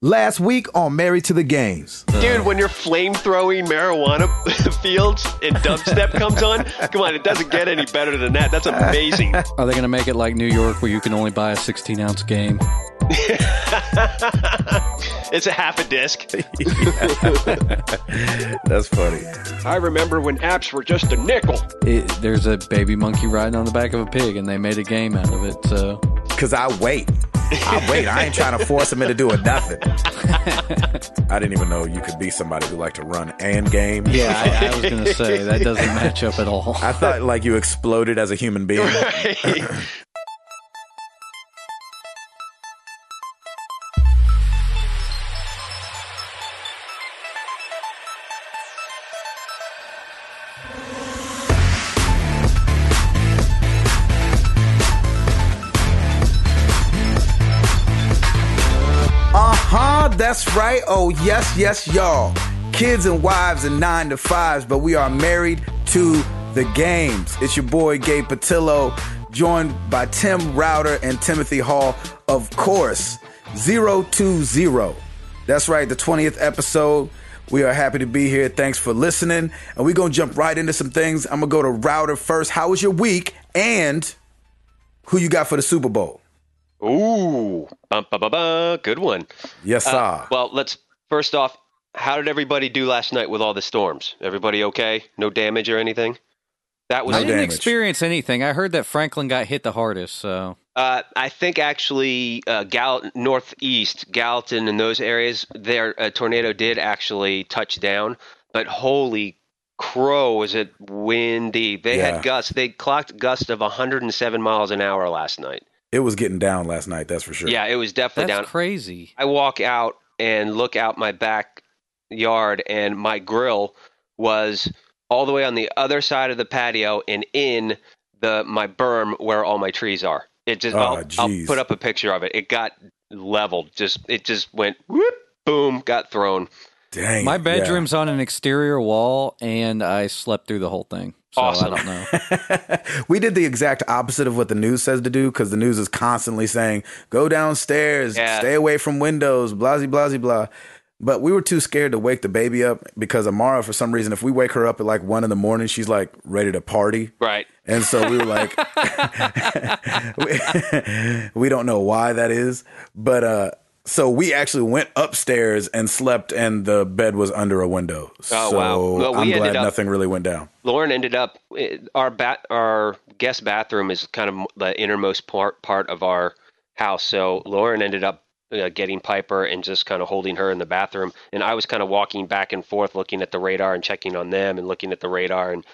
Last week on Married to the Games. Dude, when you're flamethrowing marijuana fields and dubstep comes on, come on, it doesn't get any better than that. That's amazing. Are they going to make it like New York where you can only buy a 16 ounce game? It's a half a disc. That's funny. I remember when apps were just a nickel. It, there's a baby monkey riding on the back of a pig and they made a game out of it. So Cause I wait. I wait. I ain't trying to force him into doing nothing. I didn't even know you could be somebody who liked to run and game. yeah, I, I was going to say that doesn't match up at all. I thought like you exploded as a human being. Uh huh, that's right. Oh, yes, yes, y'all. Kids and wives and nine to fives, but we are married to the games. It's your boy Gabe Patillo, joined by Tim Router and Timothy Hall, of course. 020. That's right, the 20th episode. We are happy to be here. Thanks for listening. And we're going to jump right into some things. I'm going to go to Router first. How was your week? And who you got for the Super Bowl? Ooh, bum, ba, ba, ba. good one. Yes, sir. Uh, well, let's first off, how did everybody do last night with all the storms? Everybody okay? No damage or anything? That was I No didn't damage. experience anything. I heard that Franklin got hit the hardest. So Uh, I think actually, uh, Gall- northeast Gallatin and those areas, their uh, tornado did actually touch down. But holy crow, was it windy? They Yeah. had gusts. They clocked gusts of 107 miles an hour last night. It was getting down last night. That's for sure. Yeah, it was definitely that's down. crazy. I walk out and look out my backyard, and my grill was all the way on the other side of the patio and in the my berm where all my trees are. It just Oh, I'll, I'll jeez. put up a picture of it. It got leveled. Just it just went whoop, boom, got thrown. Dang. My it. bedroom's on an exterior wall and I slept through the whole thing. So Awesome. I don't know. we did the exact opposite of what the news says to do because the news is constantly saying, go downstairs, Yeah. stay away from windows, blah, blah, blah, blah. But we were too scared to wake the baby up because Amara, for some reason, if we wake her up at like one in the morning, she's like ready to party. Right. And so we were like, we, we don't know why that is. But uh, so we actually went upstairs and slept, and the bed was under a window. Oh, so wow. Well, we I'm ended glad up- nothing really went down. Lauren ended up eh, our bat our guest bathroom is kind of the innermost part part of our house. So Lauren ended up uh, getting Piper and just kind of holding her in the bathroom, and I was kind of walking back and forth, looking at the radar and checking on them, and looking at the radar. And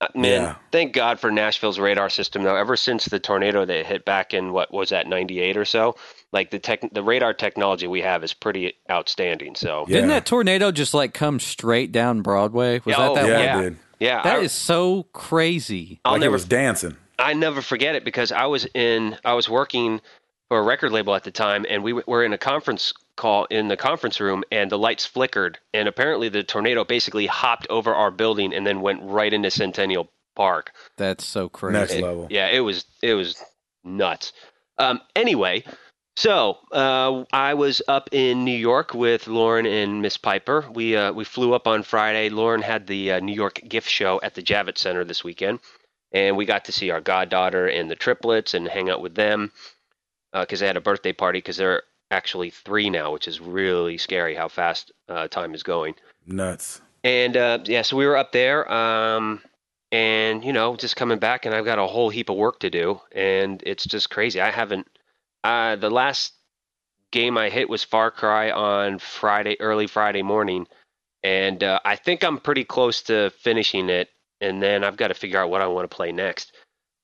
uh, man, Yeah. thank God for Nashville's radar system. Though, ever since the tornado that hit back in what was that ninety eight or so, like the tech the radar technology we have is pretty outstanding. So Yeah. Didn't that tornado just like come straight down Broadway? Was Oh, that that yeah, one? yeah. it did. yeah, That I- is so crazy. I'll like it never was dancing. I never forget it because I was in I was working for a record label at the time, and we w- were in a conference call in the conference room, and the lights flickered, and apparently the tornado basically hopped over our building and then went right into Centennial Park. That's so crazy. Next level. Yeah, it was it was nuts. Um, anyway, so uh, I was up in New York with Lauren and Miss Piper. We uh, we flew up on Friday. Lauren had the uh, New York gift show at the Javits Center this weekend, and we got to see our goddaughter and the triplets and hang out with them because they had a birthday party because they're actually three now, which is really scary how fast uh, time is going. Nuts. And uh, yeah, so we were up there, um, and you know, just coming back, and I've got a whole heap of work to do, and it's just crazy. I haven't. Uh, the last game I hit was Far Cry on Friday, early Friday morning, and uh, I think I'm pretty close to finishing it. And then I've got to figure out what I want to play next.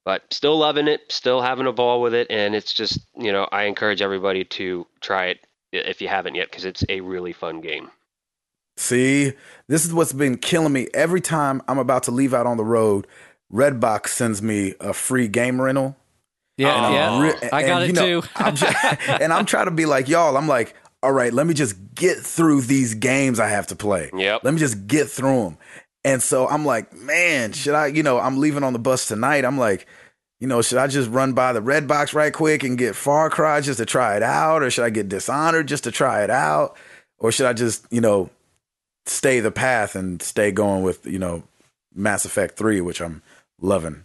But still loving it, still having a ball with it, and it's just you know, I encourage everybody to try it if you haven't yet, because it's a really fun game. See, this is what's been killing me. Every time I'm about to leave out on the road, Redbox sends me a free game rental. Yeah, Oh. yeah. Re- I got it too. I'm ju- and I'm trying to be like, y'all, I'm like, all right, let me just get through these games I have to play. Yep. Let me just get through them. And so I'm like, man, should I, you know, I'm leaving on the bus tonight. I'm like, you know, should I just run by the red box right quick and get Far Cry just to try it out? Or should I get Dishonored just to try it out? Or should I just, you know, stay the path and stay going with, you know, Mass Effect 3, which I'm loving?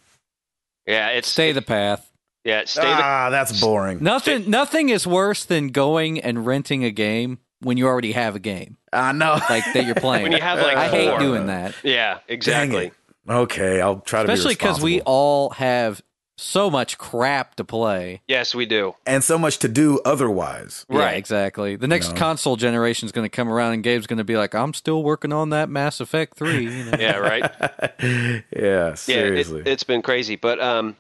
Yeah, it's Stay the path. yeah, stay the ah, that's boring. Nothing. Nothing is worse than going and renting a game when you already have a game I know. like that you're playing. when you have like I hate four. doing that, Yeah, exactly. okay, I'll try to especially because because we all have so much crap to play. Yes, we do. and so much to do otherwise. Yeah, Right. exactly. The next No. console generation is going to come around, and Gabe's going to be like, "I'm still working on that Mass Effect 3. You know? Yeah, right. yeah, seriously. Yeah, it, it's been crazy, but um,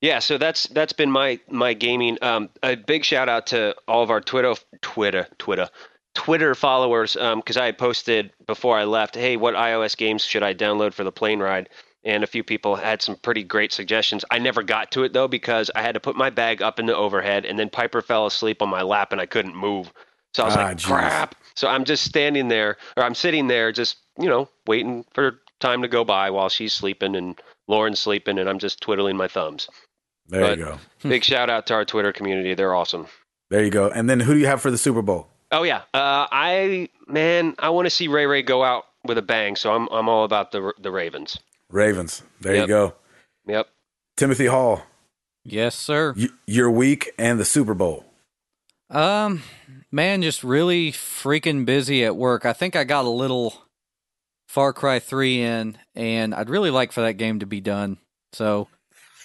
yeah. So that's that's been my my gaming. Um, a big shout out to all of our Twitter Twitter Twitter Twitter followers. Um, because I had posted before I left, hey, what iOS games should I download for the plane ride? And a few people had some pretty great suggestions. I never got to it though because I had to put my bag up in the overhead, and then Piper fell asleep on my lap, and I couldn't move. So I was Ah, like, jeez. crap. So I'm just standing there, or I'm sitting there, just you know, waiting for time to go by while she's sleeping and Lauren's sleeping, and I'm just twiddling my thumbs. there but- you go. Big shout out to our Twitter community; they're awesome. There you go. And then who do you have for the Super Bowl? Oh yeah, uh, I man, I want to see Ray Ray go out with a bang, so I'm I'm all about the the Ravens. Ravens. There you Yep. go. Yep. Timothy Hall, yes, sir. y- your week and the Super Bowl. Um, man, just really freaking busy at work. I think I got a little Far Cry Three in, and I'd really like for that game to be done. So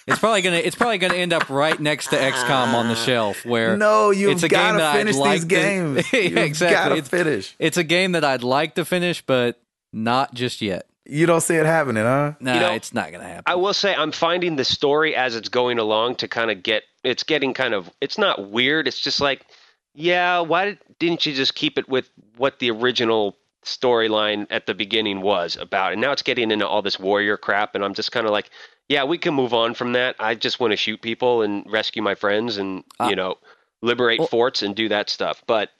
it's probably gonna it's probably gonna end up right next to XCOM on the shelf, where No, you've it's a gotta game that I'd finish like these to- games. Yeah, You've exactly. gotta It's- finish. it's a game that I'd like to finish, but not just yet. You don't see it happening, huh? No, You know, it's not gonna happen. I will say I'm finding the story as it's going along to kind of get it's getting kind of it's not weird. It's just like, yeah, why did, didn't you just keep it with what the original storyline at the beginning was about? And now it's getting into all this warrior crap, and I'm just kind of like, yeah, we can move on from that. I just want to shoot people and rescue my friends, and Uh, you know, liberate well- forts and do that stuff. But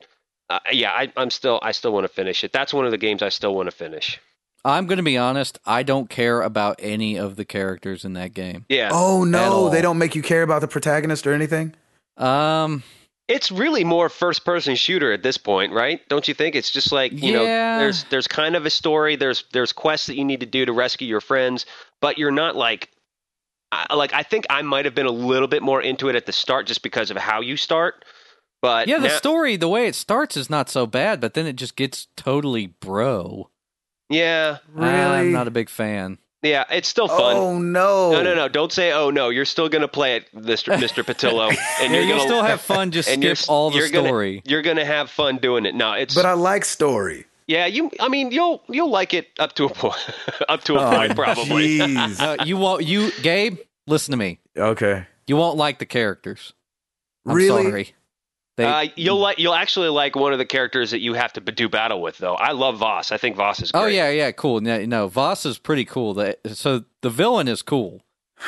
uh, yeah, I, I'm still I still want to finish it. That's one of the games I still want to finish. I'm gonna be honest. I don't care about any of the characters in that game. Yeah. Oh no, all. they don't make you care about the protagonist or anything. Um, it's really more first person shooter at this point, right? Don't you think? It's just like, you know, Yeah. there's there's kind of a story, there's there's quests that you need to do to rescue your friends, but you're not like I, like I think I might have been a little bit more into it at the start just because of how you start. But yeah, the now- story, the way it starts is not so bad, but then it just gets totally bro. yeah, I'm not a big fan. yeah, it's still fun. oh no. No, no, no! Don't say, "Oh no!" You're still gonna play it, Mister Mister Patillo, and Yeah, you're you'll gonna still have fun. Just and you're skip all the you're gonna- story. You're gonna have fun doing it. No, it's But I like story. Yeah, you. I mean, you'll you'll like it up to a point, up to a Oh, point probably. Jeez. Uh, you won't. You Gabe, listen to me. okay. You won't like the characters. I'm Really? sorry. They, uh, you'll like you'll actually like one of the characters that you have to b- do battle with though. I love Voss. I think Voss is. Great. oh yeah, yeah, cool. No, no, Voss is pretty cool. The- so the villain is cool.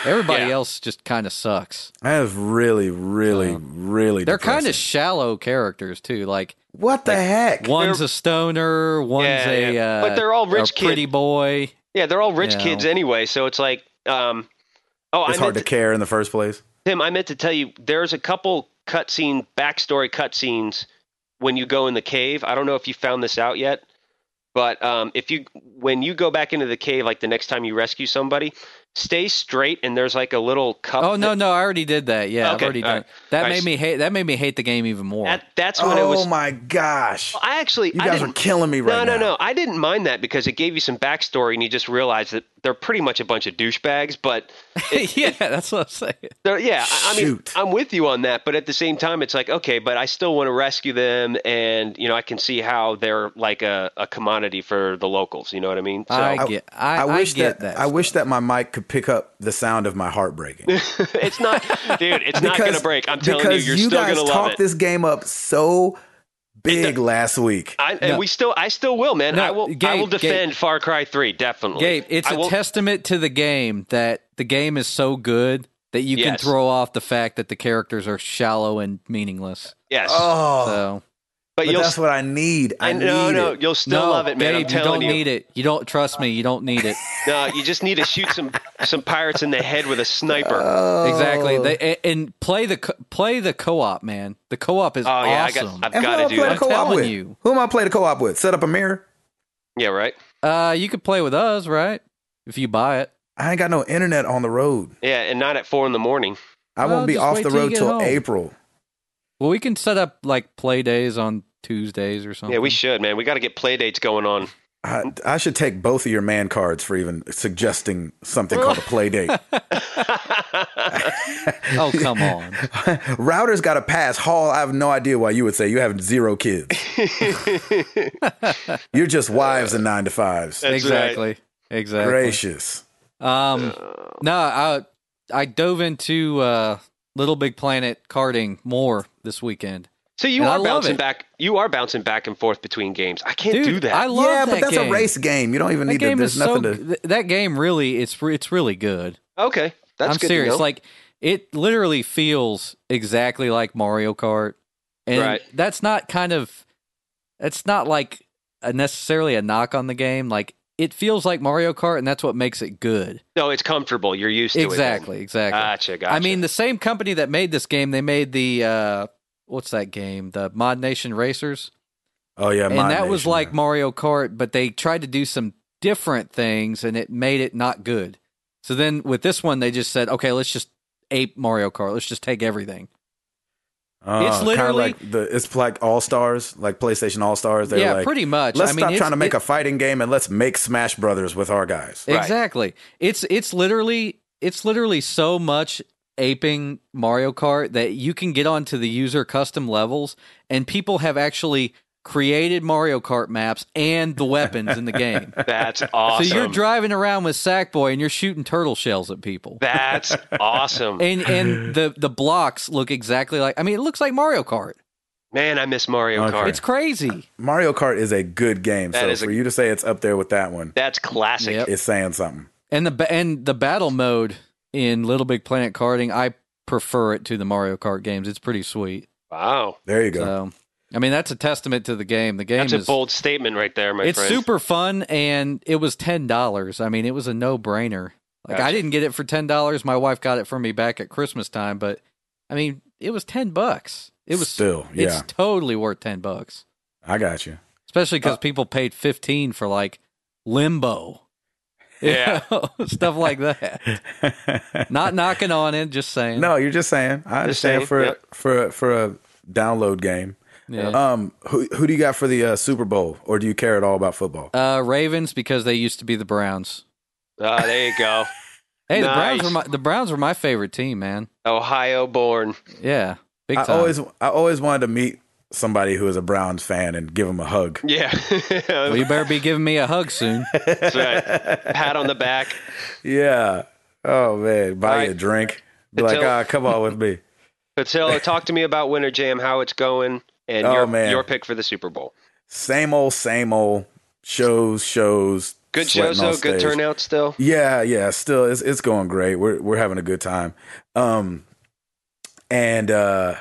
Everybody Yeah. else just kind of sucks. That is really, really, really. Um, They're kind of depressing. shallow characters too. Like what the heck? one's a stoner, one's Yeah, a yeah. Uh, But they're all a rich kid- pretty boy. yeah. They're all rich Yeah. kids anyway, so it's like, um, oh, It's I hard meant to to, care in the first place. Tim, I meant to tell you, there's a couple cutscene backstory cutscenes when you go in the cave. I don't know if you found this out yet, but um, if you when you go back into the cave, like the next time you rescue somebody, stay straight, and there's like a little cup. Oh that- no, no, I already did that. Yeah, I've Okay, already all done. right. it. That All right, made so- me hate. That made me hate the game even more. That, that's when it Oh was. my gosh! I actually, You I guys are didn't. killing me No, right no, now. no. I didn't mind that because it gave you some backstory, and you just realized that they're pretty much a bunch of douchebags. But yeah, that's what I'm saying. they're, yeah, I, I mean, Shoot. I'm with you on that. But at the same time, it's like, okay, but I still want to rescue them, and you know, I can see how they're like a, a commodity for the locals. You know what I mean? So I get. I, I wish get that, that. I wish that my mic could pick up the sound of my heart breaking. it's not, dude. It's not gonna break. I'm telling you, because you're still guys gonna love talked it. this game up so big last week. I, and No. we still, I still will, man. No, I will, I Gabe, will Gabe. defend Far Cry Three definitely. Gabe, it's I a will- testament to the game that the game is so good that you can Yes. throw off the fact that the characters are shallow and meaningless. Yes. oh, So But, But you'll that's what I need. I I no need no it. you'll still no, love it, man. Dave, I'm you telling don't you. need it. You don't trust me. You don't need it. No, you just need to shoot some some pirates in the head with a sniper. Uh, Oh. Exactly. They, and, and play the co- play the co-op, man. The co-op is oh yeah, awesome. I And got I've who am got I to do playing that. I'm co-op telling with? you. Who am I playing a co-op with? Set up a mirror. Yeah, right. uh, you could play with us, right? If you buy it. I ain't got no internet on the road. Yeah, and not at four in the morning. I won't Well, be just off wait the till you road get till home. April. Well, we can set up like play days on Tuesdays or something. Yeah, we should, man. We got to get play dates going on. I, I should take both of your man cards for even suggesting something called a play date. Oh, come on. Router's got a pass. Hall, I have no idea why you would say you have zero kids. You're just wives and nine to fives. That's exactly. Exactly. Gracious. Um, no, I I dove into uh, Little Big Planet karting more this weekend. So you And I are love bouncing it. back. You I bouncing back and forth between games. I can't Dude, do that. I love yeah, that but that's game. a race game. You don't even That need to. game There's is so. nothing to. th- That game really, it's re- it's really good. okay, that's I'm good serious. To know. Like it literally feels exactly like Mario Kart, and Right. that's not kind of that's not like a necessarily a knock on the game. Like it feels like Mario Kart, and that's what makes it good. no, it's comfortable. You're used to Exactly, it. exactly. Gotcha, gotcha. I mean, the same company that made this game, they made the uh, what's that game? The Mod Nation Racers, Oh yeah, and Mod that was Nation. like Mario Kart, but they tried to do some different things, and it made it not good. So then with this one, they just said, okay, let's just ape Mario Kart. Let's just take everything. Uh, it's kinda literally- like the. It's like All Stars, like PlayStation All Stars. They're yeah, like, pretty much. let's I mean, stop it's- trying to make it- a fighting game and let's make Smash Brothers with our guys. Right. Exactly. It's it's literally it's literally so much aping Mario Kart that you can get onto the user custom levels and people have actually created Mario Kart maps and the weapons in the game. that's awesome. So you're driving around with Sackboy and you're shooting turtle shells at people. that's awesome, And and the the blocks look exactly like I mean it looks like Mario Kart. man. I miss Mario Okay. Kart. It's crazy. Mario Kart is a good game. That so is a- for you to say it's up there with that one, that's classic. Yep. it's saying something. And the ba- and the battle mode in Little Big Planet karting, I prefer it to the Mario Kart games. It's pretty sweet. Wow, There you go. So, I mean, that's a testament to the game. The game that's a is bold statement right there, my it's friend. super fun, and it was ten dollars. I mean, it was a no brainer. Like I Gotcha. didn't get it for ten dollars. My wife got it for me back at Christmas time, but I mean, it was ten bucks. It was still, yeah. it's totally worth ten bucks, I got you. especially Uh, because people paid fifteen for like Limbo, You Yeah. know? stuff like that. Not knocking on it, just saying. no, you're just saying. I understand saying, for yep. for for a download game. Yeah. Um, who who do you got for the uh, Super Bowl, or do you care at all about football? Uh, Ravens because they used to be the Browns. Ah, there you go. Hey, the Browns Nice. were my the Browns were my favorite team, man. Ohio born. Yeah, big I time. always I always wanted to meet somebody who is a Browns fan and give them a hug. Yeah. well, you better be giving me a hug soon. That's right. Pat on the back. Yeah. Oh man, buy All you a right. drink. Be It's like, a- ah, come on with me. Patillo, uh, talk to me about Winter Jam, how it's going, and Oh, your, man. your pick for the Super Bowl. Same old, same old shows, shows. Good sweating shows, on though. Good stage. turnout still. Yeah, yeah. Still, it's it's going great. We're we're having a good time. Um, and uh,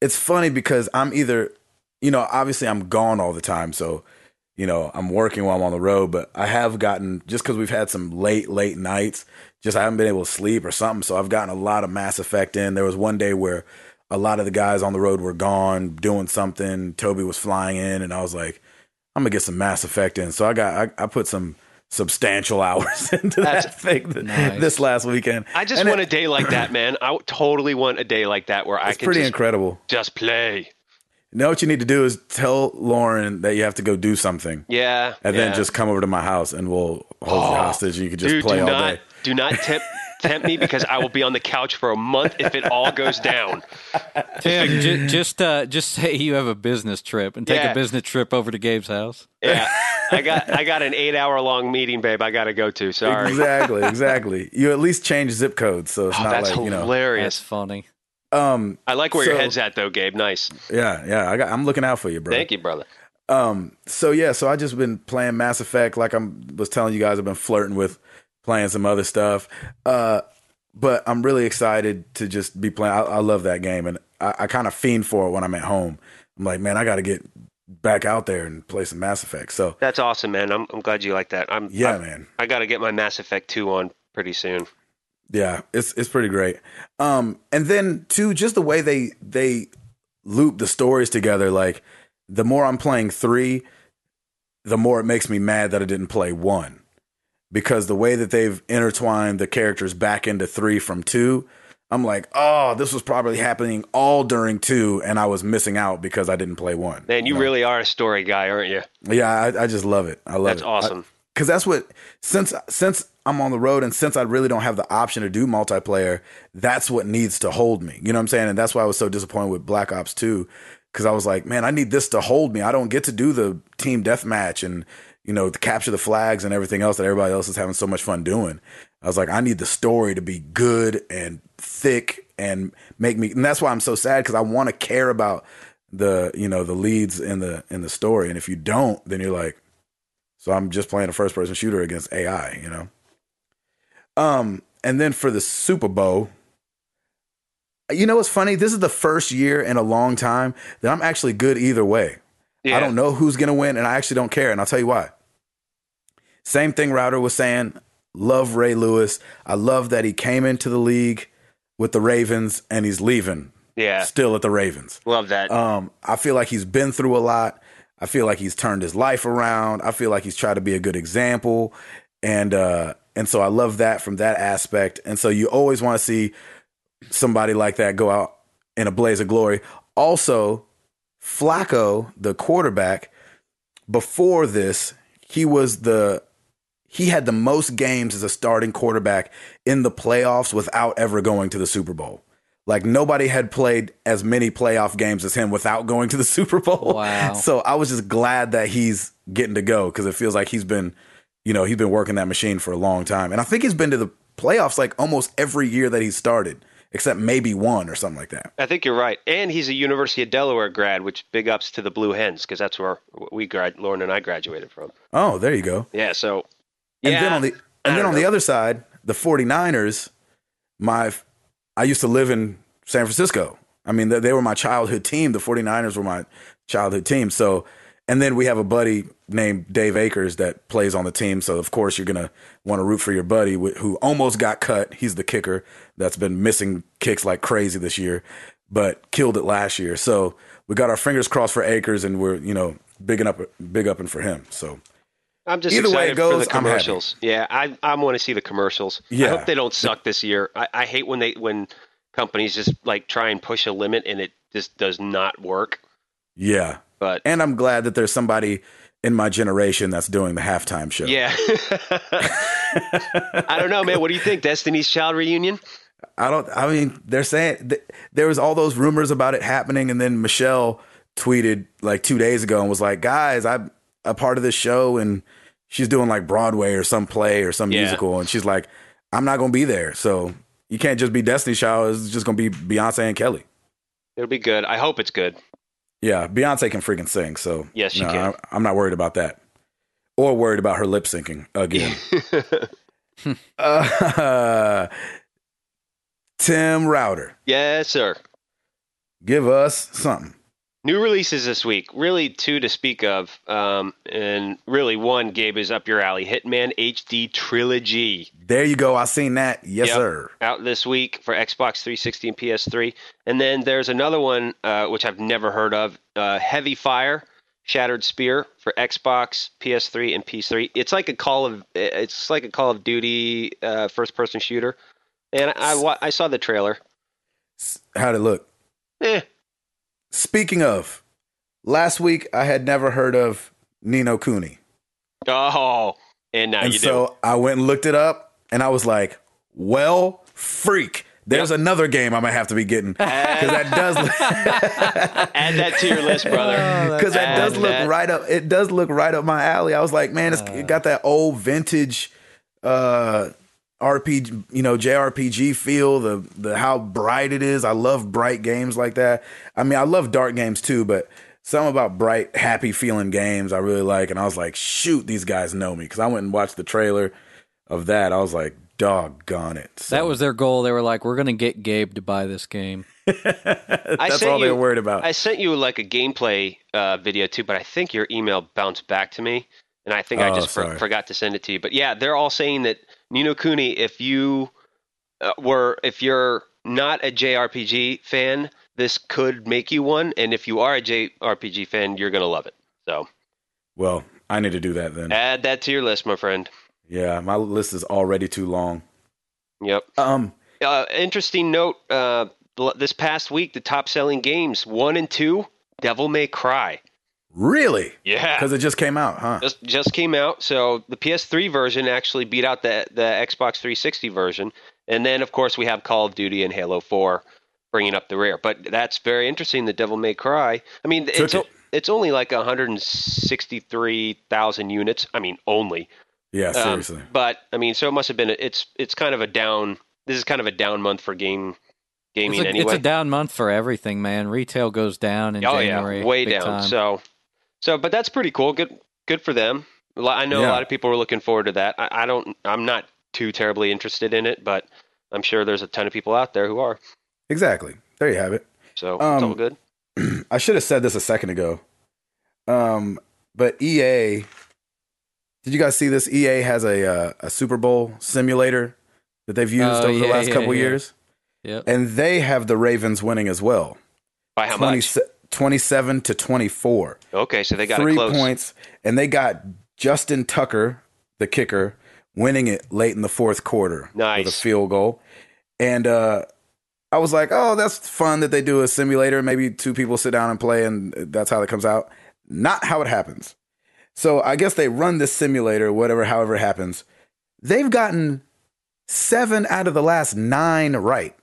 it's funny because I'm either, you know, obviously I'm gone all the time, so you know I'm working while I'm on the road. But I have gotten just because we've had some late late nights, just I haven't been able to sleep or something. So I've gotten a lot of Mass Effect in. There was one day where a lot of the guys on the road were gone doing something. Toby was flying in, and I was like, I'm gonna get some Mass Effect in. So I got I, I put some substantial hours into that That's- thing th- Nice. this last weekend. I just And want it- a day like that, man. I w- totally want a day like that where I It's can pretty just, incredible. just play. Now what you need to do is tell Lauren that you have to go do something, Yeah. and yeah. then just come over to my house, and we'll hold you Oh, hostage, and you can just Dude, play do all not, day. do not tempt, tempt me because I will be on the couch for a month if it all goes down. Tim, j- just uh, just say you have a business trip and take Yeah. a business trip over to Gabe's house. Yeah. I got I got an eight hour long meeting, babe. I got to go to. Sorry. Exactly, exactly. You at least change zip codes, so it's Oh, not that's like you know. That's hilarious. funny. Um, I like where your So- head's at, though, Gabe. Nice. yeah, yeah. I got, I'm looking out for you, bro. Thank you, brother. Um, so yeah, so I just been playing Mass Effect, like I'm was telling you guys, I've been flirting with playing some other stuff. Uh, but I'm really excited to just be playing. I, I love that game, and I, I kind of fiend for it when I'm at home. I'm like, man, I got to get back out there and play some Mass Effect. So That's awesome, man. I'm, I'm glad you like that. I'm yeah, I'm- man, I got to get my Mass Effect 2 on pretty soon. yeah, it's it's pretty great. Um, and then too, just the way they they loop the stories together. Like the more I'm playing three, the more it makes me mad that I didn't play one because the way that they've intertwined the characters back into three from two. I'm like, oh, this was probably happening all during two, and I was missing out because I didn't play one. Man, you know? really are a story guy, aren't you? yeah, I, I just love it. I love That's it. I- awesome. because that's what since since I'm on the road and since I really don't have the option to do multiplayer, that's what needs to hold me. You know what I'm saying? And that's why I was so disappointed with Black Ops 2 because I was like, man, I need this to hold me. I don't get to do the team deathmatch and you know the capture the flags and everything else that everybody else is having so much fun doing. I was like, I need the story to be good and thick and make me. And that's why I'm so sad because I want to care about the you know the leads in the in the story. And if you don't, then you're like, so I'm just playing a first person shooter against AI, you know. Um, and then for the Super Bowl, you know what's funny? This is the first year in a long time that I'm actually good either way. Yeah. I don't know who's gonna win, and I actually don't care. And I'll tell you why. Same thing Router was saying. Love Ray Lewis. I love that he came into the league with the Ravens and he's leaving Yeah. still at the Ravens. Love that. Um, I feel like he's been through a lot. I feel like he's turned his life around. I feel like he's tried to be a good example, and uh, and so I love that from that aspect. And so you always want to see somebody like that go out in a blaze of glory. Also, Flacco, the quarterback, before this, he was the he had the most games as a starting quarterback in the playoffs without ever going to the Super Bowl. Like nobody had played as many playoff games as him without going to the Super Bowl. Wow. So I was just glad that he's getting to go because it feels like he's been, you know, he's been working that machine for a long time. And I think he's been to the playoffs like almost every year that he started, except maybe one or something like that. I think you're right. And he's a University of Delaware grad, which big ups to the Blue Hens because that's where we grad, Lauren and I graduated from. Oh, there you go. Yeah. So, And yeah. then on the I and then don't on the know. other side, the 49ers, my I used to live in San Francisco. I mean, they, they were my childhood team. The 49ers were my childhood team. So, and then we have a buddy named Dave Akers that plays on the team. So, of course, you're going to want to root for your buddy wh- who almost got cut. He's the kicker that's been missing kicks like crazy this year, but killed it last year. So, we got our fingers crossed for Akers and we're, you know, bigging up big upping for him. So, I'm just Either excited way it for goes, the I'm happy. commercials. yeah, I I want to see the commercials. I Yeah. hope they don't suck this year. I, I hate when they when companies just like try and push a limit and it just does not work. yeah. But and I'm glad that there's somebody in my generation that's doing the halftime show. yeah, I don't know, man. What do you think? Destiny's Child reunion? I don't. I mean, they're saying th- there was all those rumors about it happening, and then Michelle tweeted like two days ago and was like, "Guys, I'm a part of this show, and she's doing like Broadway or some play or some Yeah. musical, and she's like, I'm not gonna be there, so you can't just be Destiny Child. It's just gonna be Beyonce and Kelly. It'll be good. I hope it's good. Yeah, Beyonce can freaking sing, so Yes, she no, can. I, I'm not worried about that, or worried about her lip syncing again. Uh, Tim Router, yes, sir. give us something. New releases this week, really two to speak of, um, and really one, Gabe, is up your alley. Hitman HD Trilogy There you go. I seen that. Yes, Yep. sir. out this week for Xbox 360 and PS3. And then there's another one, uh, which I've never heard of uh, Heavy Fire, Shattered Spear for Xbox, PS3, and PS3. It's like a Call of, it's like a Call of Duty uh, first person shooter. And I, wa- I saw the trailer. How'd it look? Eh, Speaking of, last week I had never heard of Nino Cooney. oh, and now and you so do. I went and looked it up and I was like, well, freak. There's Yep. another game I'm going to have to be getting because that does Add that to your list, brother. because that does Add look that. right up. It does look right up my alley. I was like, man, it's, it Uh. got that old vintage uh, RPG, you know, JRPG feel. The the how bright it is. I love bright games like that. I mean, I love dark games too, but something about bright, happy feeling games I really like. And I was like, shoot, these guys know me because I went and watched the trailer of that. I was like, Doggone it. So That was their goal. They were like, we're going to get Gabe to buy this game. that's sent all they you- were worried about. I sent you like a gameplay uh, video too, but I think your email bounced back to me, and I think I Oh, just for- sorry. forgot to send it to you. But yeah, they're all saying that Nino Cooney, if you uh, were, if you're not a JRPG fan, this could make you one, and if you are a JRPG fan, you're gonna love it. So well, I need to do that then. add that to your list, my friend. Yeah, my list is already too long. Yep. Um, Uh, interesting note. Uh, l- this past week, the top-selling games one and two, Devil May Cry. really? Yeah. Because it just came out, huh? just just came out. So the PS3 version actually beat out the the Xbox 360 version, and then of course we have Call of Duty and Halo 4 bringing up the rear. But that's very interesting. The Devil May Cry. I mean, it. it's o- it's only like 163,000 units. I mean, only. Yeah, Um, seriously. but I mean, so it must have been. A, it's it's kind of a down. This is kind of a down month for game gaming it's, a, anyway. it's a down month for everything, man. Retail goes down in oh January. yeah, way big down. time. So, so but that's pretty cool. Good, good for them. A lot- I know Yeah. a lot of people were looking forward to that. I, I don't. I'm not too terribly interested in it, but I'm sure there's a ton of people out there who are. Exactly. There you have it. So it's Um, all good. I should have said this a second ago. Um, but EA, did you guys see this? EA has a uh, a Super Bowl simulator that they've used Oh, over the yeah, last yeah, couple yeah. years, Yep. and they have the Ravens winning as well, By how 20, much? 27 to twenty four. Okay, so they got three it close. points, and they got Justin Tucker, the kicker, winning it late in the fourth quarter with a Nice. field goal. And uh, I was like, oh, that's fun that they do a simulator. Maybe two people sit down and play, and that's how it comes out. Not how it happens. So I guess they run this simulator, whatever, however it happens. They've gotten seven out of the last nine right.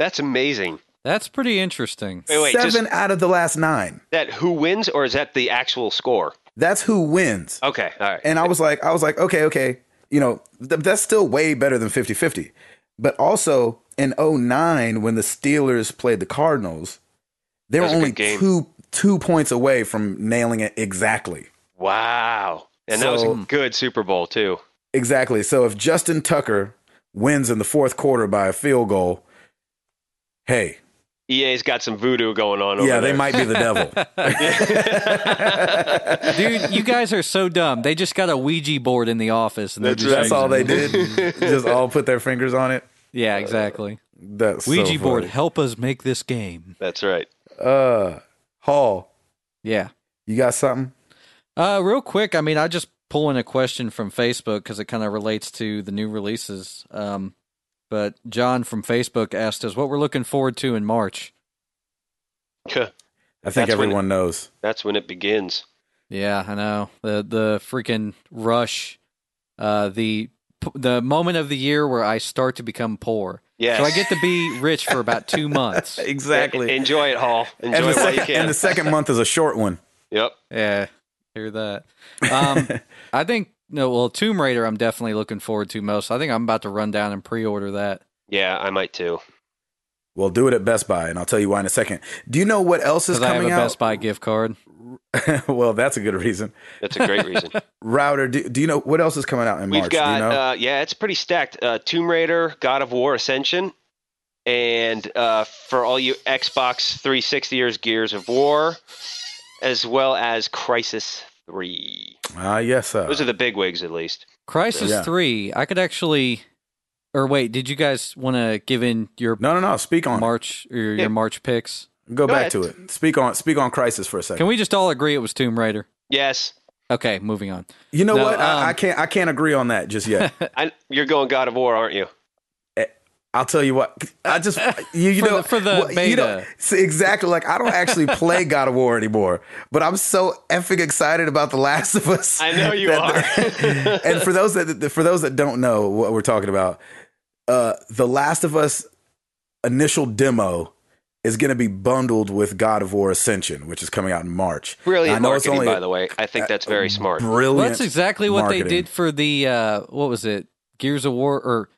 That's amazing. That's pretty interesting. Wait, wait, seven just out of the last nine. that who wins or is that the actual score? That's who wins. Okay, all right. and I was like, I was like, okay, okay, you know, th- that's still way better than 50 50. But also in 09, when the Steelers played the Cardinals, they were That was a only good game. two two points away from nailing it exactly. wow. And that was So- a good Super Bowl too. Exactly. So if Justin Tucker wins in the fourth quarter by a field goal, hey, EA's E got some voodoo going on over yeah, they there. might be the devil. Dude, you guys are so dumb. They just got a Ouija board in the office. And they're That's just right. That's all they using it. did. Just all put their fingers on it. Yeah, exactly. That's so Ouija board, funny. help us make this game. That's right. Uh, Hall, Yeah. you got something? Uh, real quick, I mean, I just pull in a question from Facebook because it kind of relates to the new releases. Um, but John from Facebook asked us what we're looking forward to in March. I think That's when- everyone knows. That's when it begins. Yeah, I know the the freaking rush, uh, the the moment of the year where I start to become poor. Yes. So I get to be rich for about two months. En- E-, Enjoy it, Hall. And Enjoy the, it while second, you can. and the second month is a short one. yep. Yeah, hear that. Um, I think no. Well, Tomb Raider, I'm definitely looking forward to most. I think I'm about to run down and pre-order that. Yeah, I might too. We'll do it at Best Buy, and I'll tell you why in a second. Do you know what else is Because I have a coming out? Best Buy gift card. well, that's a good reason. That's a great reason. Router, do, do you know what else is coming out in We've March? got, do you know? uh, yeah, it's pretty stacked. Uh, Tomb Raider, God of War Ascension, and uh, for all you Xbox 360ers, Gears of War, as well as Crisis 3. Ah, yes, sir. Those are the big wigs, at least. Crisis Yeah. Three. I could actually. Or wait, did you guys want to give in your no, no, no. Speak on. March. March or your Yeah. March picks? Go, Go back ahead. to it. Speak on. Speak on Crisis for a second. Can we just all agree it was Tomb Raider? Yes. Okay, moving on. you know No, what? um, I, I can't. I can't agree on that just yet. I, you're going God of War, aren't you? I'll tell you what. I just you, you For know the- for the you know, beta. it's exactly like I don't actually play God of War anymore, but I'm so effing excited about The Last of Us. I know you are. and for those that for those that don't know what we're talking about, uh, The Last of Us initial demo is going to be bundled with God of War Ascension, which is coming out in March. Brilliant And I know it's marketing, only by the way. I think that's very smart. Brilliant. Well, that's exactly what Oh, marketing. they did for the uh, what was it? Gears of War or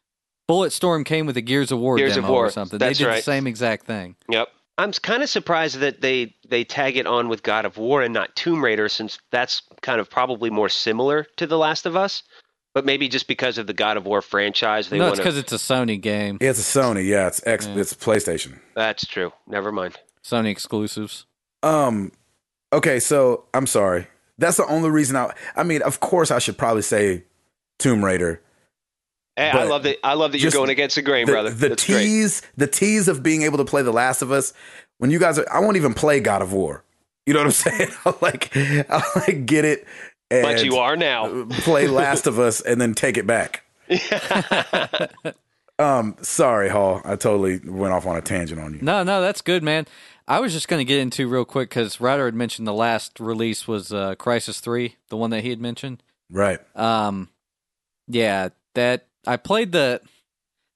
Bulletstorm came with the Gears of War Gears of demo War. or something. That's they did the right. same exact thing. Yep. I'm kind of surprised that they they tag it on with God of War and not Tomb Raider, since that's kind of probably more similar to The Last of Us. But maybe just because of the God of War franchise, they no, want it's to. because it's a Sony game, It's a Sony. Yeah, it's X. Yeah. It's PlayStation. That's true. Never mind. Sony exclusives. Um. Okay, so I'm sorry. That's the only reason I. I mean, of course, I should probably say Tomb Raider. Hey, I But love that. I love that you're just going against the grain, the, brother. the That's great. tease, the tease of being able to play The Last of Us. When you guys, are, I won't even play God of War. You know what I'm saying? I'll like, I'll like get it. And But you are now. play Last of Us and then take it back. Um, sorry, Hall. I totally went off on a tangent on you. No, no, that's good, man. I was just going to get into real quick because Ryder had mentioned the last release was uh, Crisis Three, the one that he had mentioned. Right. Um, yeah, that I played the.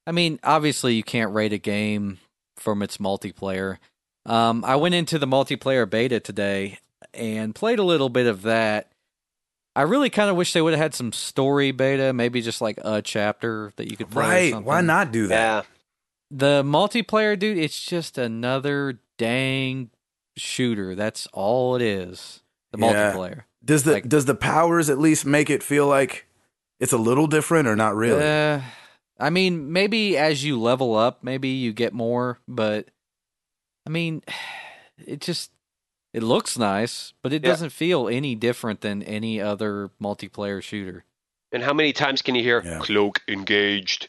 I mean, obviously, you can't rate a game from its multiplayer. Um, I went into the multiplayer beta today and played a little bit of that. I really kind of wish they would have had some story beta, maybe just like a chapter that you could play. or Right. something. Why not do that? Yeah. The multiplayer, dude, it's just another dang shooter. That's all it is. The Yeah. multiplayer. Does the Like- does the powers at least make it feel like it's a little different or not really? Uh, I mean, maybe as you level up, maybe you get more, but I mean, it just it looks nice, but it Yeah. doesn't feel any different than any other multiplayer shooter. And how many times can you hear Yeah. cloak engaged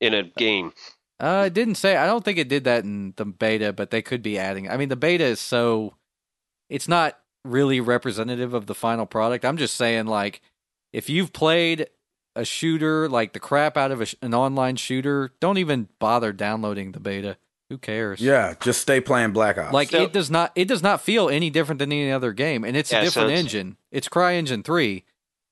in a game? Uh, it didn't say. I don't think it did that in the beta, but they could be adding. I mean, the beta is so it's not really representative of the final product. I'm just saying, like, if you've played a shooter like the crap out of a sh- an online shooter, don't even bother downloading the beta. Who cares? yeah, just stay playing Black Ops. Like So- it does not it does not feel any different than any other game, and it's Yeah, so a different it's- engine. It's CryEngine three,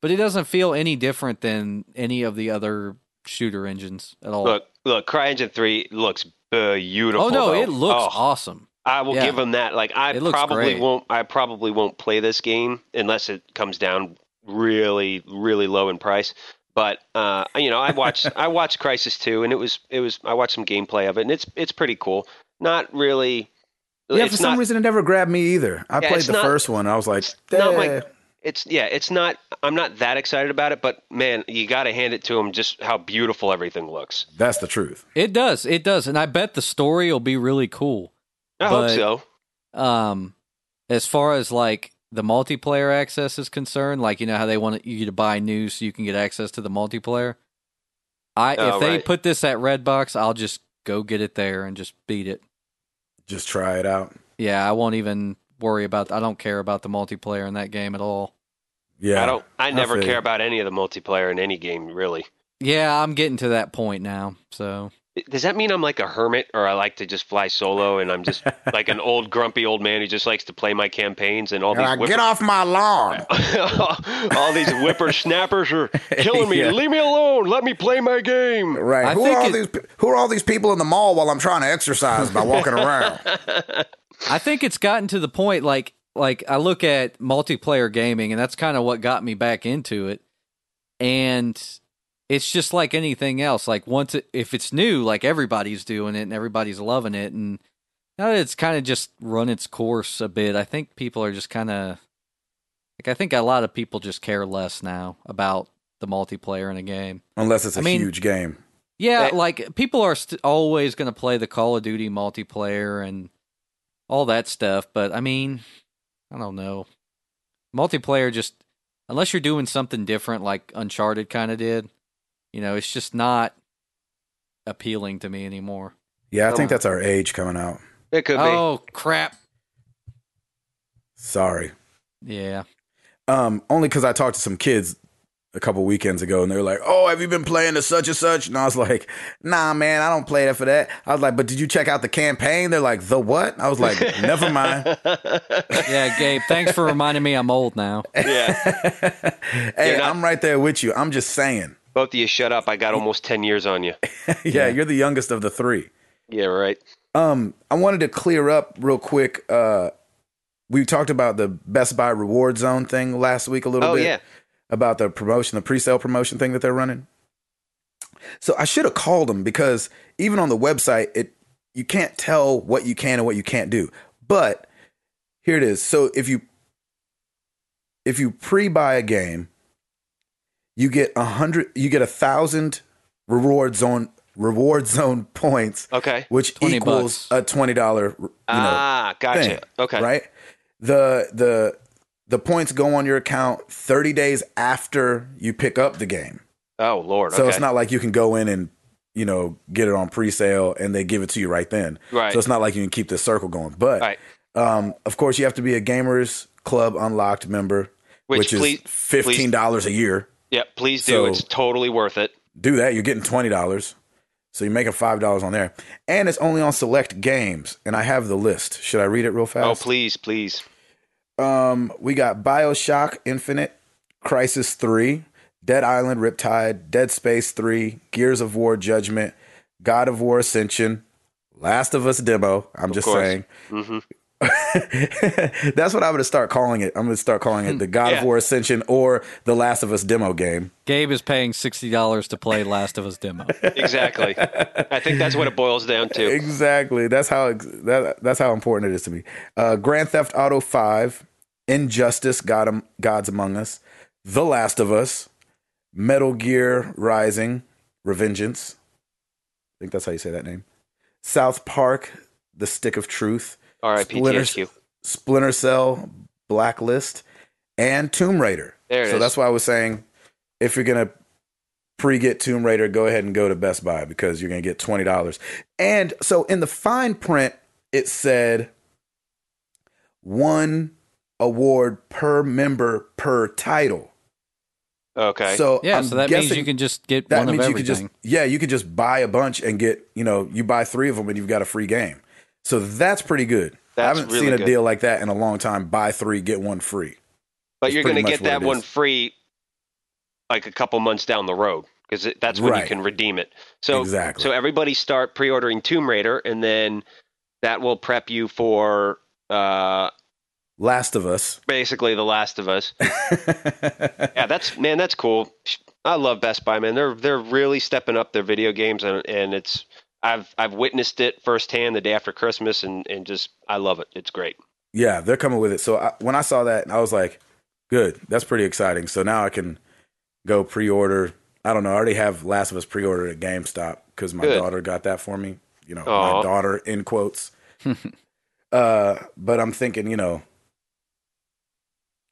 but it doesn't feel any different than any of the other shooter engines at Oh. all. Look, look, CryEngine three looks beautiful. oh no, though. it looks Oh, awesome. I will yeah. give them that. Like I It looks probably great. won't. I probably won't play this game unless it comes down really, really low in price. But uh, you know, I watched I watched Crisis two, and it was it was I watched some gameplay of it, and it's it's pretty cool. Not really. yeah, for it's some not, reason it never grabbed me either. I Yeah, played it's the not- first one. I was like, it's not my- "Eh." It's yeah, it's not. I'm not that excited about it, but man, you got to hand it to him. Just how beautiful everything looks. that's the truth. It does, it does, and I bet the story will be really cool. I But- hope so. Um, as far as like the multiplayer access is concerned, like you know how they want you to buy new so you can get access to the multiplayer. I Oh, if they right. put this at Redbox, I'll just go get it there and just beat it. Just try it out. Yeah, I won't even worry about. I don't care about the multiplayer in that game at all. Yeah. I don't. I never feel you. care about any of the multiplayer in any game, really. Yeah, I'm getting to that point now. So Does that mean I'm like a hermit, or I like to just fly solo, and I'm just like an old grumpy old man who just likes to play my campaigns and all these Like, whipper- Get off my lawn. all these whippersnappers are killing me. Yeah. Leave me alone. Let me play my game. Right. I who think are all it- these pe- who are all these people in the mall while I'm trying to exercise by walking around? I think it's gotten to the point like like I look at multiplayer gaming, and that's kind of what got me back into it. And it's just like anything else. Like once it, if it's new, like everybody's doing it and everybody's loving it, and now that it's kind of just run its course a bit, I think people are just kind of like I think a lot of people just care less now about the multiplayer in a game. Unless it's a I mean- huge game. Yeah, That- like people are st- always going to play the Call of Duty multiplayer and all that stuff, but I mean, I don't know. Multiplayer just unless you're doing something different like Uncharted kind of did, you know, it's just not appealing to me anymore. Yeah, I Come think on. that's our age coming out. It could be. Oh, crap. Sorry. Yeah. Um, only because I talked to some kids a couple weekends ago, and they were like, "Oh, have you been playing to such and such?" And I was like, "Nah, man, I don't play that for that." I was like, "But did you check out the campaign?" They're like, "The what?" I was like, "Never mind." Yeah, Gabe, thanks for reminding me I'm old now. yeah. hey, You're not- I'm right there with you. I'm just saying. Both of you, shut up. I got almost ten years on you. yeah, you're the youngest of the three. Yeah, right. Um, I wanted to clear up real quick. Uh, we talked about the Best Buy reward zone thing last week a little Oh bit. yeah. about the promotion, the pre-sale promotion thing that they're running. So I should have called them because even on the website, it you can't tell what you can and what you can't do. But here it is. So if you if you pre-buy a game, you get a hundred you get a thousand reward zone reward zone points Okay. which 20 equals a twenty dollar you know ah, gotcha. thing, okay. right the the the points go on your account 30 days after you pick up the game Oh Lord. so okay. it's not like you can go in and you know get it on pre-sale and they give it to you right then right. so it's not like you can keep this circle going but Right. um, of course you have to be a gamers club unlocked member Which, which, please, is $15 a year yeah, please do. so- it's totally worth it. do that, you're getting twenty dollars. So you're making five dollars on there, and it's only on select games. And I have the list. Should I read it real Oh fast? please, please. Um, we got Bioshock Infinite, Crisis Three, Dead Island Riptide, Dead Space Three, Gears of War Judgment, God of War Ascension, Last of Us demo. I'm just course. saying. hmm That's what I'm gonna start calling it. I'm gonna start calling it the God of Yeah. War Ascension or the Last of Us demo game. Gabe is paying sixty dollars to play Last of Us demo. Exactly. I think that's what it boils down to. Exactly. That's how ex- that, that's how important it is to me. Uh, Grand Theft Auto Five, Injustice, God, Am- Gods Among Us, The Last of Us, Metal Gear Rising, Revengeance. I think that's how you say that name. South Park, The Stick of Truth, All right, Splinter- PTSQ. Splinter Cell, Blacklist, and Tomb Raider. There it is. so that's why I was saying, if you're gonna pre get Tomb Raider, go ahead and go to Best Buy because you're gonna get twenty dollars. And so in the fine print, it said one award per member per title. okay. So Yeah, I'm so that guessing means you can just get that one of means everything. you could just yeah you could just buy a bunch and get you know you buy three of them and you've got a free game. So that's pretty good. I That's haven't really seen a good. deal like that in a long time. Buy three, get one free. but That's you're going pretty to much get what that it one is. free like a couple months down the road because that's when Right. you can redeem it. So Exactly. so everybody start pre-ordering Tomb Raider and then that will prep you for uh Last of Us. basically The Last of Us. Yeah, that's man, that's cool. I love Best Buy, man. They're they're really stepping up their video games and and it's I've I've witnessed it firsthand the day after Christmas and and just I love it. It's great. yeah, they're coming with it. So I, when I saw that, I was like, good, that's pretty exciting. So now I can go pre order. I don't know. I already have Last of Us pre ordered at GameStop because my Good. daughter got that for me. You know, my Aw. daughter, in quotes. uh, but I'm thinking, you know,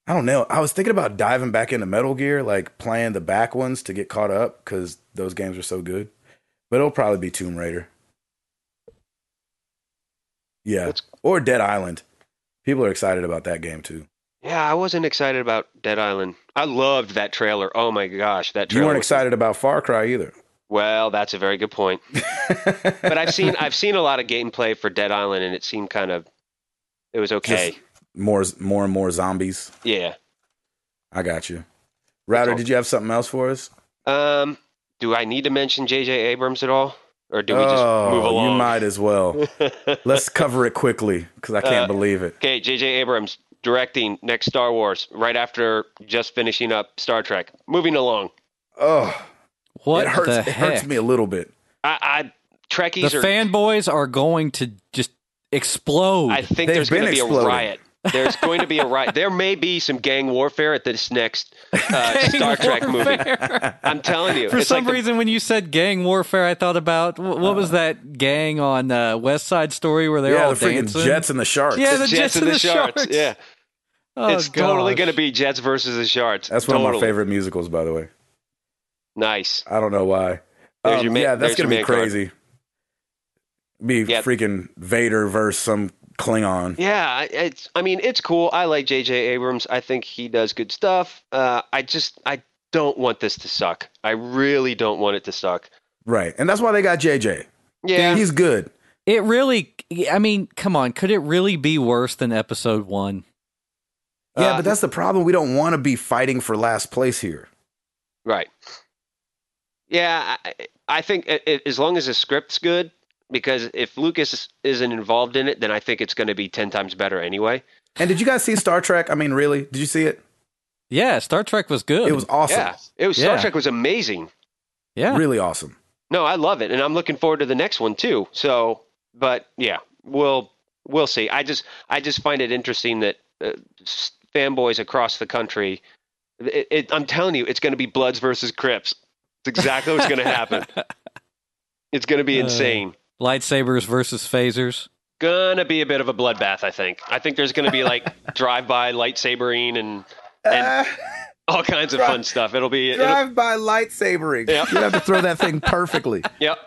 I don't know. I was thinking about diving back into Metal Gear, like playing the back ones to get caught up because those games are so good. But it'll probably be Tomb Raider. Yeah. That's- or Dead Island. People are excited about that game too. Yeah, I wasn't excited about Dead Island. I loved that trailer. Oh my gosh, that You trailer. weren't was- excited about Far Cry either. Well, that's a very good point. But I've seen I've seen a lot of gameplay for Dead Island, and it seemed kind of it was okay. Just- more more and more zombies. yeah. I got you. Router, all. did you have something else for us? Um, do I need to mention J.J. Abrams at all, or do we just oh, move along? you might as well. Let's cover it quickly because I can't Uh, believe it. Okay, J.J. Abrams directing next Star Wars right after just finishing up Star Trek. Moving along, Oh, what it hurts. the it heck? hurts me a little bit. I, I the Trekkies are. fanboys are going to just explode. I think They've there's going to been be exploding. a riot. There's going to be a riot. There may be some gang warfare at this next uh, Star Trek movie. I'm telling you. For it's some like the- reason, when you said gang warfare, I thought about wh- what was that gang on uh, West Side Story where they're yeah, all the freaking dancing? Jets and the Sharks. Yeah, the Jets, and the, Sharks. Yeah, Oh, it's totally gosh. going to be Jets versus the Sharks. That's one of Totally. my favorite musicals, by the way. Nice. I don't know why. Um, There's your ma- yeah, that's there's your gonna be man card. crazy. Be Yeah. freaking Vader versus some Klingon. Yeah, I- it's. I mean, it's cool. I like J.J. Abrams. I think he does good stuff. Uh, I just, I don't want this to suck. I really don't want it to suck. Right. And that's why they got JJ. Yeah, He's good. It really. I mean, come on. Could it really be worse than episode one? Yeah, Uh, but that's the problem. We don't want to be fighting for last place here. Right. Yeah, I, I think i i as long as the script's good, because if Lucas isn't involved in it, then I think it's going to be ten times better anyway. And did you guys see Star Trek? I mean, really? Did you see it? Yeah, Star Trek was good. It was awesome. Yeah, it was Star Yeah. Trek was amazing. Yeah. Really awesome. No, I love it, and I'm looking forward to the next one too. So, but yeah, we'll we'll see. I just I just find it interesting that uh, s- fanboys across the country It, it, I'm telling you, it's going to be Bloods versus Crips. It's exactly what's going to happen. It's going to be Uh. insane. Lightsabers versus phasers. Gonna be a bit of a bloodbath, I think. I think there's gonna be like drive-by lightsabering and Ah, all kinds of fun stuff. It'll be, it'll, drive by lightsabering. Yeah. You have to throw that thing perfectly. Yep.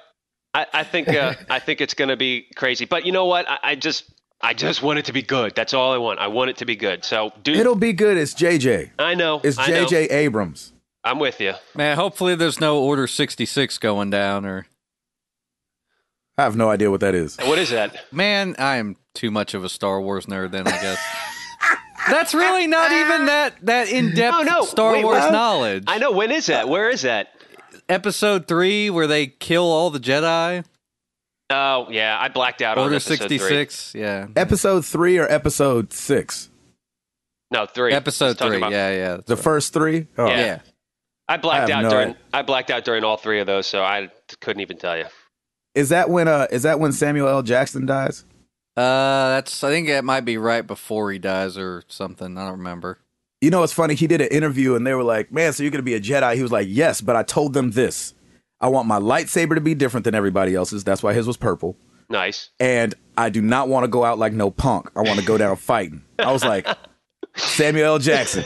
I, I think uh, I think it's going to be crazy. But you know what? I, I just I just want it to be good. That's all I want. I want it to be good. So dude, It'll be good. It's JJ. I know. It's I know. JJ Abrams. I'm with you. Man, hopefully there's no Order 66 going down or. I have no idea what that is. What is that? Man, I am too much of a Star Wars nerd then, I guess. That's really not even that that in-depth Oh, no. Star Wait, Wars what? knowledge. I know. When is that? Where is that? Episode 3 where they kill all the Jedi, Oh yeah, I blacked out on Order episode 66, yeah. Episode three or episode six? Three. No three. He's Episode talking 3. about- yeah, yeah. The first three? Oh. Yeah. yeah. I blacked I have out no during. idea. I blacked out during all three of those, so I couldn't even tell you. Is that when uh is that when Samuel L. Jackson dies? Uh, that's. I think it might be right before he dies or something. I don't remember. You know, it's funny. He did an interview and they were like, man, so you're going to be a Jedi. He was like, yes, but I told them this. I want my lightsaber to be different than everybody else's. That's why his was purple. Nice. And I do not want to go out like no punk. I want to go down fighting. I was like, Samuel L. Jackson.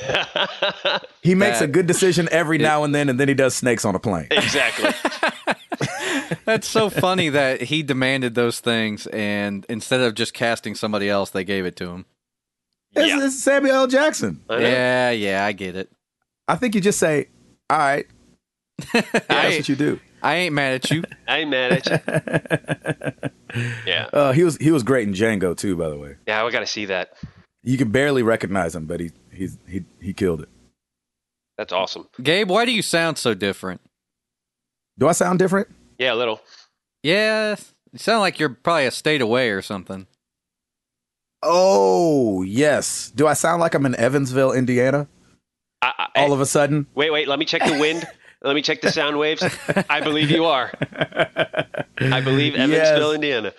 He makes a That- good decision every now and then, and then he does snakes on a plane. Exactly. That's so funny that he demanded those things, and instead of just casting somebody else, they gave it to him. It's, yeah. it's Samuel L. Jackson. I know. Yeah, yeah, I get it. I think you just say, all right, that's I, what you do. I ain't mad at you. I ain't mad at you. yeah. Uh, he was he was great in Django too, by the way. Yeah. We got to see that. You can barely recognize him, but he he's, he he killed it. That's awesome. Gabe, why do you sound so different? Do I sound different? Yeah. A little. Yeah, you sound like you're probably a state away or something. Oh, yes. Do I sound like I'm in Evansville, Indiana I, I, all of a sudden? Wait, wait. Let me check the wind. let me check the sound waves. I believe you are. I believe Evansville, Yes. Indiana.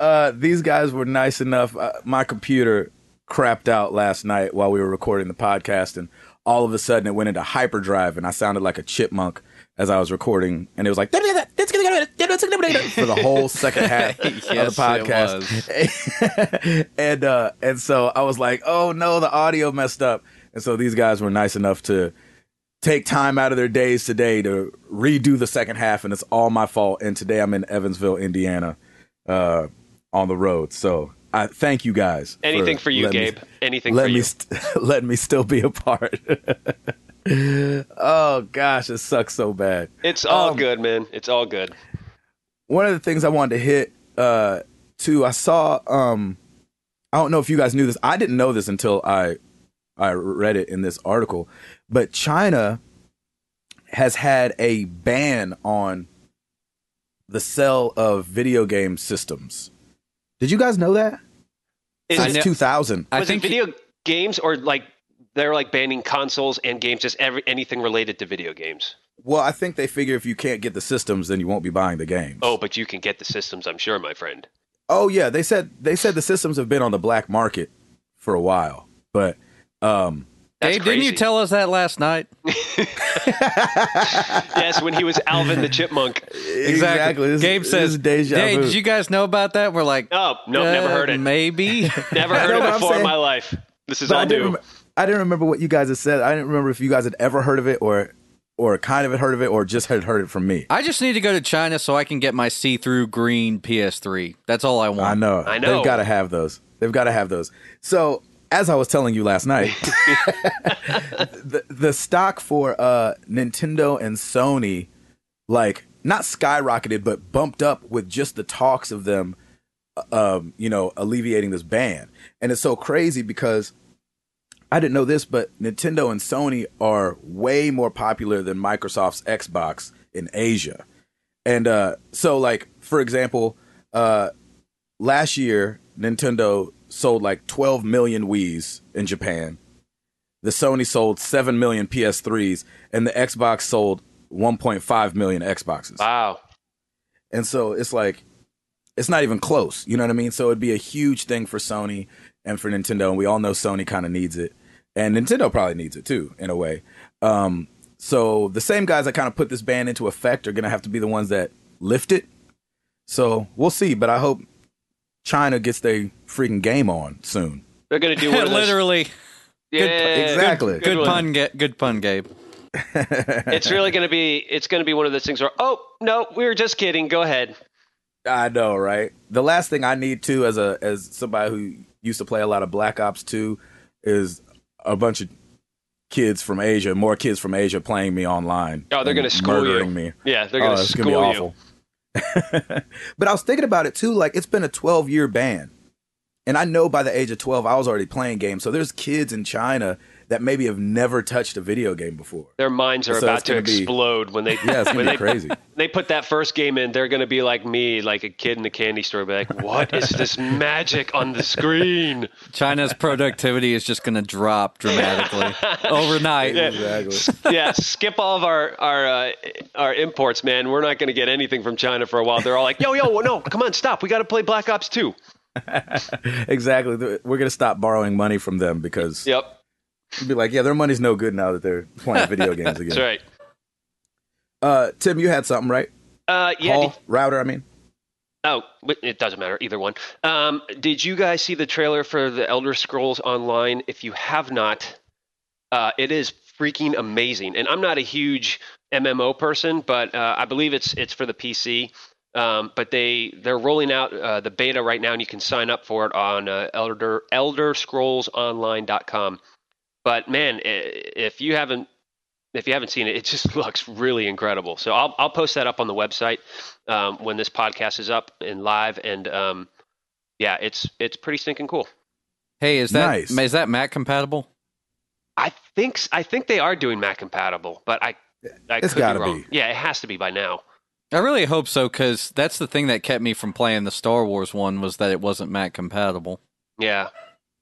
Uh, these guys were nice enough. Uh, my computer crapped out last night while we were recording the podcast, and all of a sudden it went into hyperdrive, and I sounded like a chipmunk as I was recording, and it was like for the whole second half of Yes, the it podcast. and uh, and so I was like, oh no, the audio messed up. And so these guys were nice enough to take time out of their days today to redo the second half, and it's all my fault. And today I'm in Evansville, Indiana, uh, on the road. So I thank you guys. Anything for, you, letting me- Gabe. Anything let for me you. st- let me still be a part. oh gosh, it sucks so bad. It's all um, good, man. It's all good. One of the things I wanted to hit uh, too, I saw. Um, I don't know if you guys knew this. I didn't know this until I I read it in this article, but China has had a ban on the sale of video game systems. Did you guys know that? Is I it, know- Since 2000. I was think it video games or like they're like banning consoles and games, just every anything related to video games? Well, I think they figure if you can't get the systems, then you won't be buying the games. Oh, but you can get the systems, I'm sure, my friend. Oh yeah, they said they said the systems have been on the black market for a while, but um, That's Gabe, didn't you crazy. tell us that last night? Yes, when he was Alvin the Chipmunk. This- Gabe this says, is deja "Hey, vu." did you guys know about that?" We're like, Oh, no, never "Uh, heard it. Maybe. Never heard No, it but I'm before in saying- my life. This is But I all didn't, new. rem- I didn't remember what you guys had said. I didn't remember if you guys had ever heard of it or or kind of had heard of it or just had heard it from me. I just need to go to China so I can get my see-through green PS3. That's all I I want. know. I know. They've got to have those. They've got to have those. So, as I was telling you last night, the, the stock for uh, Nintendo and Sony, like, not skyrocketed, but bumped up with just the talks of them, um, you know, alleviating this ban. And it's so crazy because I didn't know this, but Nintendo and Sony are way more popular than Microsoft's Xbox in Asia. And uh, so, like, for example, uh, last year Nintendo sold like 12 million Wii's in Japan. The Sony sold 7 million PS3s and the Xbox sold 1.5 million Xboxes. Wow. And so it's like it's not even close, you know what I mean? So it'd be a huge thing for Sony and for Nintendo and we all know Sony kind of needs it. and Nintendo probably needs it too in a way. Um, so the same guys that kind of put this ban into effect are going to have to be the ones that lift it. So we'll see, but I hope China gets their freaking game on soon. They're gonna do one of those. Literally, yeah, exactly. good good one. pun. Ga- good pun, Gabe. It's really gonna be. It's gonna be one of those things where, oh no, we were just kidding. Go ahead. I know, right? The last thing I need too, as a as somebody who used to play a lot of Black Ops 2, is a bunch of kids from Asia, more kids from Asia playing me online. Oh, they're and gonna school you. murdering me. Yeah, they're gonna oh, it's school gonna be you. awful. but I was thinking about it too. Like it's been a 12 year ban, and I know by the age of 12 I was already playing games. So there's kids in China that maybe have never touched a video game before. Their minds are So about it's to gonna be- explode when they Yeah, it's gonna when they, be crazy. they put that first game in. They're gonna be like me, like a kid in the candy store, be like, what is this magic on the screen? China's productivity is just going to drop dramatically overnight. Exactly. yeah, skip all of our our uh, our imports, man. We're not going to get anything from China for a while. They're all like, "Yo, yo, no, come on, stop. We got to play Black Ops 2." exactly. We're gonna stop borrowing money from them because Yep, You'd be like, yeah, their money's no good now that they're playing video games again. that's right. Uh, Tim, you had something, right? Uh, yeah. Paul, did- router, I mean. oh, but it doesn't matter either one. Um, did you guys see the trailer for the Elder Scrolls Online? If you have not, uh, it is freaking amazing. And I'm not a huge MMO person, but uh, I believe it's it's for the PC. Um, but they they're rolling out uh, the beta right now, and you can sign up for it on uh, Elder ElderScrollsOnline.com. But man, i- if you haven't if you haven't seen it, it just looks really incredible. So I'll I'll post that up on the website um, when this podcast is up and live, and um, yeah, it's it's pretty stinking cool. Hey, is that Nice. is that Mac compatible? I think s- I think they are doing Mac compatible, but I, I It's could gotta be wrong. be. Yeah, it has to be by now. I really hope so because that's the thing that kept me from playing the Star Wars one was that it wasn't Mac compatible. Yeah,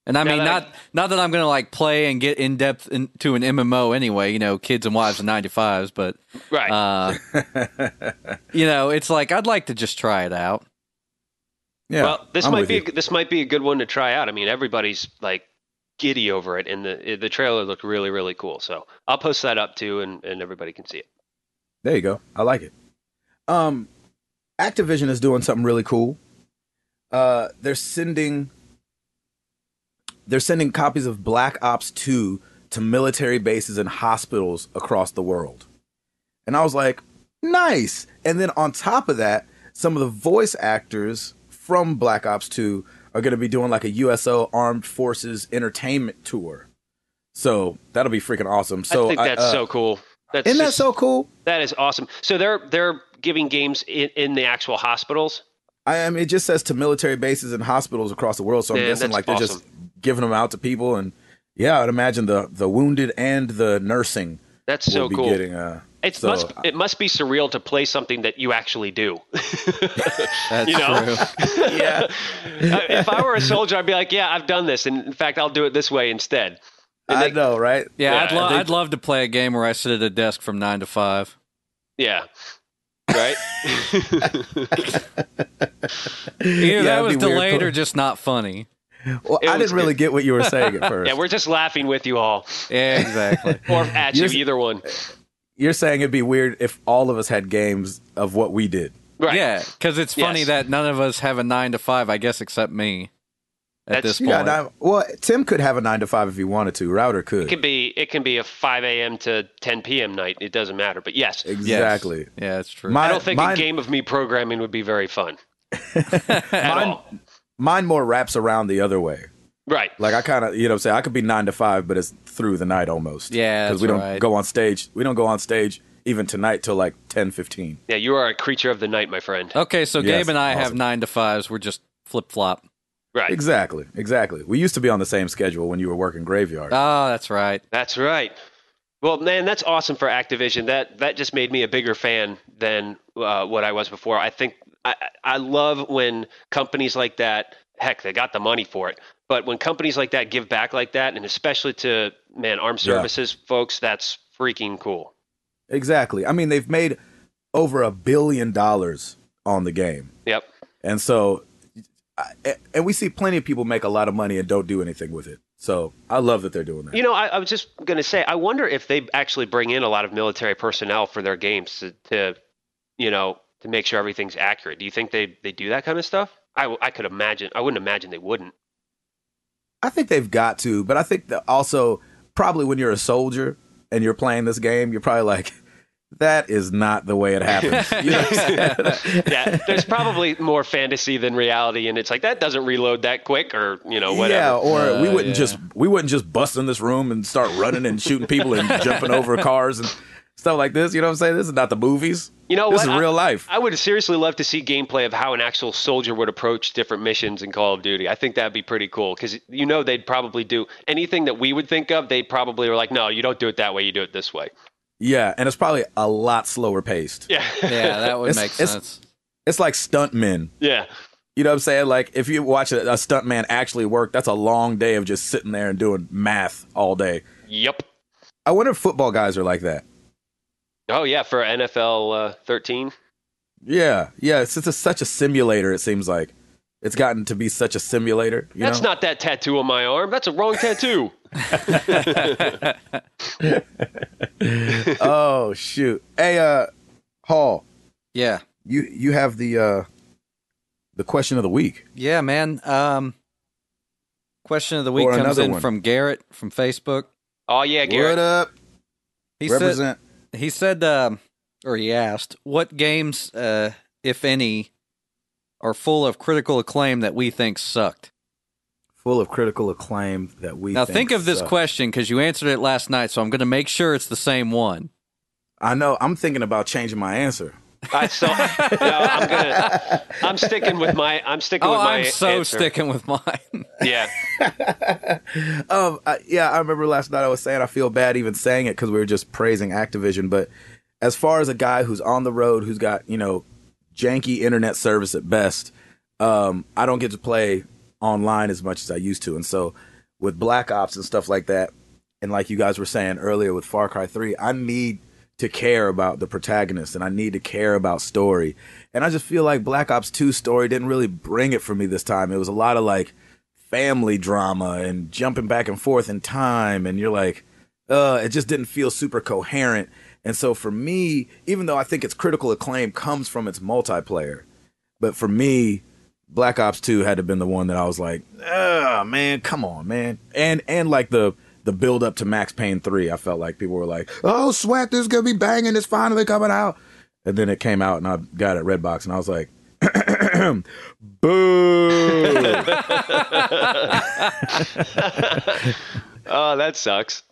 And I Now mean, that I- not not that I'm gonna like play and get in depth into an MMO anyway. You know, kids and wives and 95s, but right. uh, you know, it's like I'd like to just try it out. yeah. well, this I'm might with be a you. g this might be a good one to try out. I mean, everybody's like giddy over it, and the the trailer looked really really cool. So I'll post that up too, and and everybody can see it. There you go. I like it. Um, Activision is doing something really cool. Uh, they're sending they're sending copies of Black Ops 2 to military bases and hospitals across the world. And I was like, nice. And then on top of that, some of the voice actors from Black Ops 2 are going to be doing like a USO Armed Forces entertainment tour. So that'll be freaking awesome. So I think that's uh, so cool. That's Isn't that just- so cool? that is awesome. So they're they're giving games in, in the actual hospitals. I, I mean, it just says to military bases and hospitals across the world. So I'm Yeah, guessing that's like they're just giving them out to people, and yeah, I'd imagine the the wounded and the nursing That's will so be cool. getting. Uh, It So, must it must be surreal to play something that you actually do. That's You know? true. yeah. if I were a soldier, I'd be like, yeah, I've done this, and in fact, I'll do it this way instead. And I they- know, right? Yeah, Yeah, I'd, lo- I think- I'd love to play a game where I sit at a desk from nine to five. Yeah. Right. Either Yeah, that it'd was be weird, delayed cool. or just not funny. Well, It I was didn't really good. get what you were saying at first. yeah, we're just laughing with you all, Yeah, exactly. or at you, Yes. either one. You're saying it'd be weird if all of us had games of what we did. Right. Yeah, because it's funny Yes. that none of us have a nine to five, I guess, except me. At That's- this point, Yeah, and I- well, Tim could have a nine to five if he wanted to. Router It could. can be it can be a 5 a.m. to 10 p.m. night. It doesn't matter. But yes, Yes. exactly. Yeah, it's true. Mine- I don't think mine- a game of me programming would be very fun. at all. Mine more wraps around the other way. Right. Like I kind of, you know, what I'm saying I could be nine to five, but it's through the night almost. we Yeah, that's don't right. go on stage. We don't go on stage even tonight till like 10, 15. Yeah, you are a creature of the night, my friend. okay, so Yes, Gabe and I have awesome. nine to fives. We're just flip flop. Right. Exactly, exactly. We used to be on the same schedule when you were working graveyard. Oh, that's right. That's right. Well, man, that's awesome for Activision. That that just made me a bigger fan than uh, what I was before. I think I, I I love when companies like that. Heck, they got the money for it. But when companies like that give back like that, and especially to man armed Yeah. services folks, that's freaking cool. exactly. I mean, they've made over a billion dollars on the game, Yep. and so I- and we see plenty of people make a lot of money and don't do anything with it. So I love that they're doing that. You know, I, I was just going to say, I wonder if they actually bring in a lot of military personnel for their games to, to you know, to make sure everything's accurate. Do you think they, they do that kind of stuff? I, w- I could imagine. I wouldn't imagine they wouldn't. I think they've got to, but I think that also probably when you're a soldier and you're playing this game, you're probably like, that is not the way it happens. You know what I'm saying? Yeah, there's probably more fantasy than reality, and it's like that doesn't reload that quick, or you know, whatever. Yeah, or we Uh, wouldn't yeah. just we wouldn't just bust in this room and start running and shooting people and jumping over cars and stuff like this. You know what I'm saying? This is not the movies. You know this what? is real life. I would seriously love to see gameplay of how an actual soldier would approach different missions in Call of Duty. I think that'd be pretty cool because you know they'd probably do anything that we would think of. They probably were like, "No, you don't do it that way. You do it this way." yeah, and it's probably a lot slower paced. Yeah, Yeah, that would It's- make it's- sense. It's like stuntmen. yeah. You know what I'm saying? Like if you watch a, a stuntman actually work, that's a long day of just sitting there and doing math all day. Yep. I wonder if football guys are like that. Oh yeah, for NFL uh, 13. Yeah, yeah. It's just a, such a simulator. It seems like it's gotten to be such a simulator. You That's know? not that tattoo on my arm. That's a wrong tattoo. oh shoot. Hey, uh, Hall, Yeah. you you have the uh the question of the week. Yeah, man. Um, question of the week Or comes another in one. from Garrett from Facebook. Oh yeah, Garrett. What up? He said Represent. he said um, or he asked what games, uh, if any, are full of critical acclaim that we think sucked. Full of critical acclaim that we now think of this suck. question because you answered it last night, so I'm going to make sure it's the same one. I know. I'm thinking about changing my answer. I so no, I'm gonna. I'm sticking with my. I'm sticking Oh, with my. I'm so answer. sticking with mine. Yeah. um, I, yeah, I remember last night I was saying I feel bad even saying it because we were just praising Activision. But as far as a guy who's on the road, who's got you know janky internet service at best, um, I don't get to play online as much as I used to, and so with Black Ops and stuff like that, and like you guys were saying earlier with Far Cry Three, I need to care about the protagonist and I need to care about story. And I just feel like Black Ops 2 story didn't really bring it for me this time. It was a lot of like family drama and jumping back and forth in time and you're like uh it just didn't feel super coherent and so for me even though i think its critical acclaim comes from its multiplayer but for me black ops 2 had to been the one that i was like oh man come on man and and like the the build up to max payne 3 i felt like people were like oh sweat this is gonna be banging it's finally coming out and then it came out and i got it at redbox and i was like boo Oh, that sucks.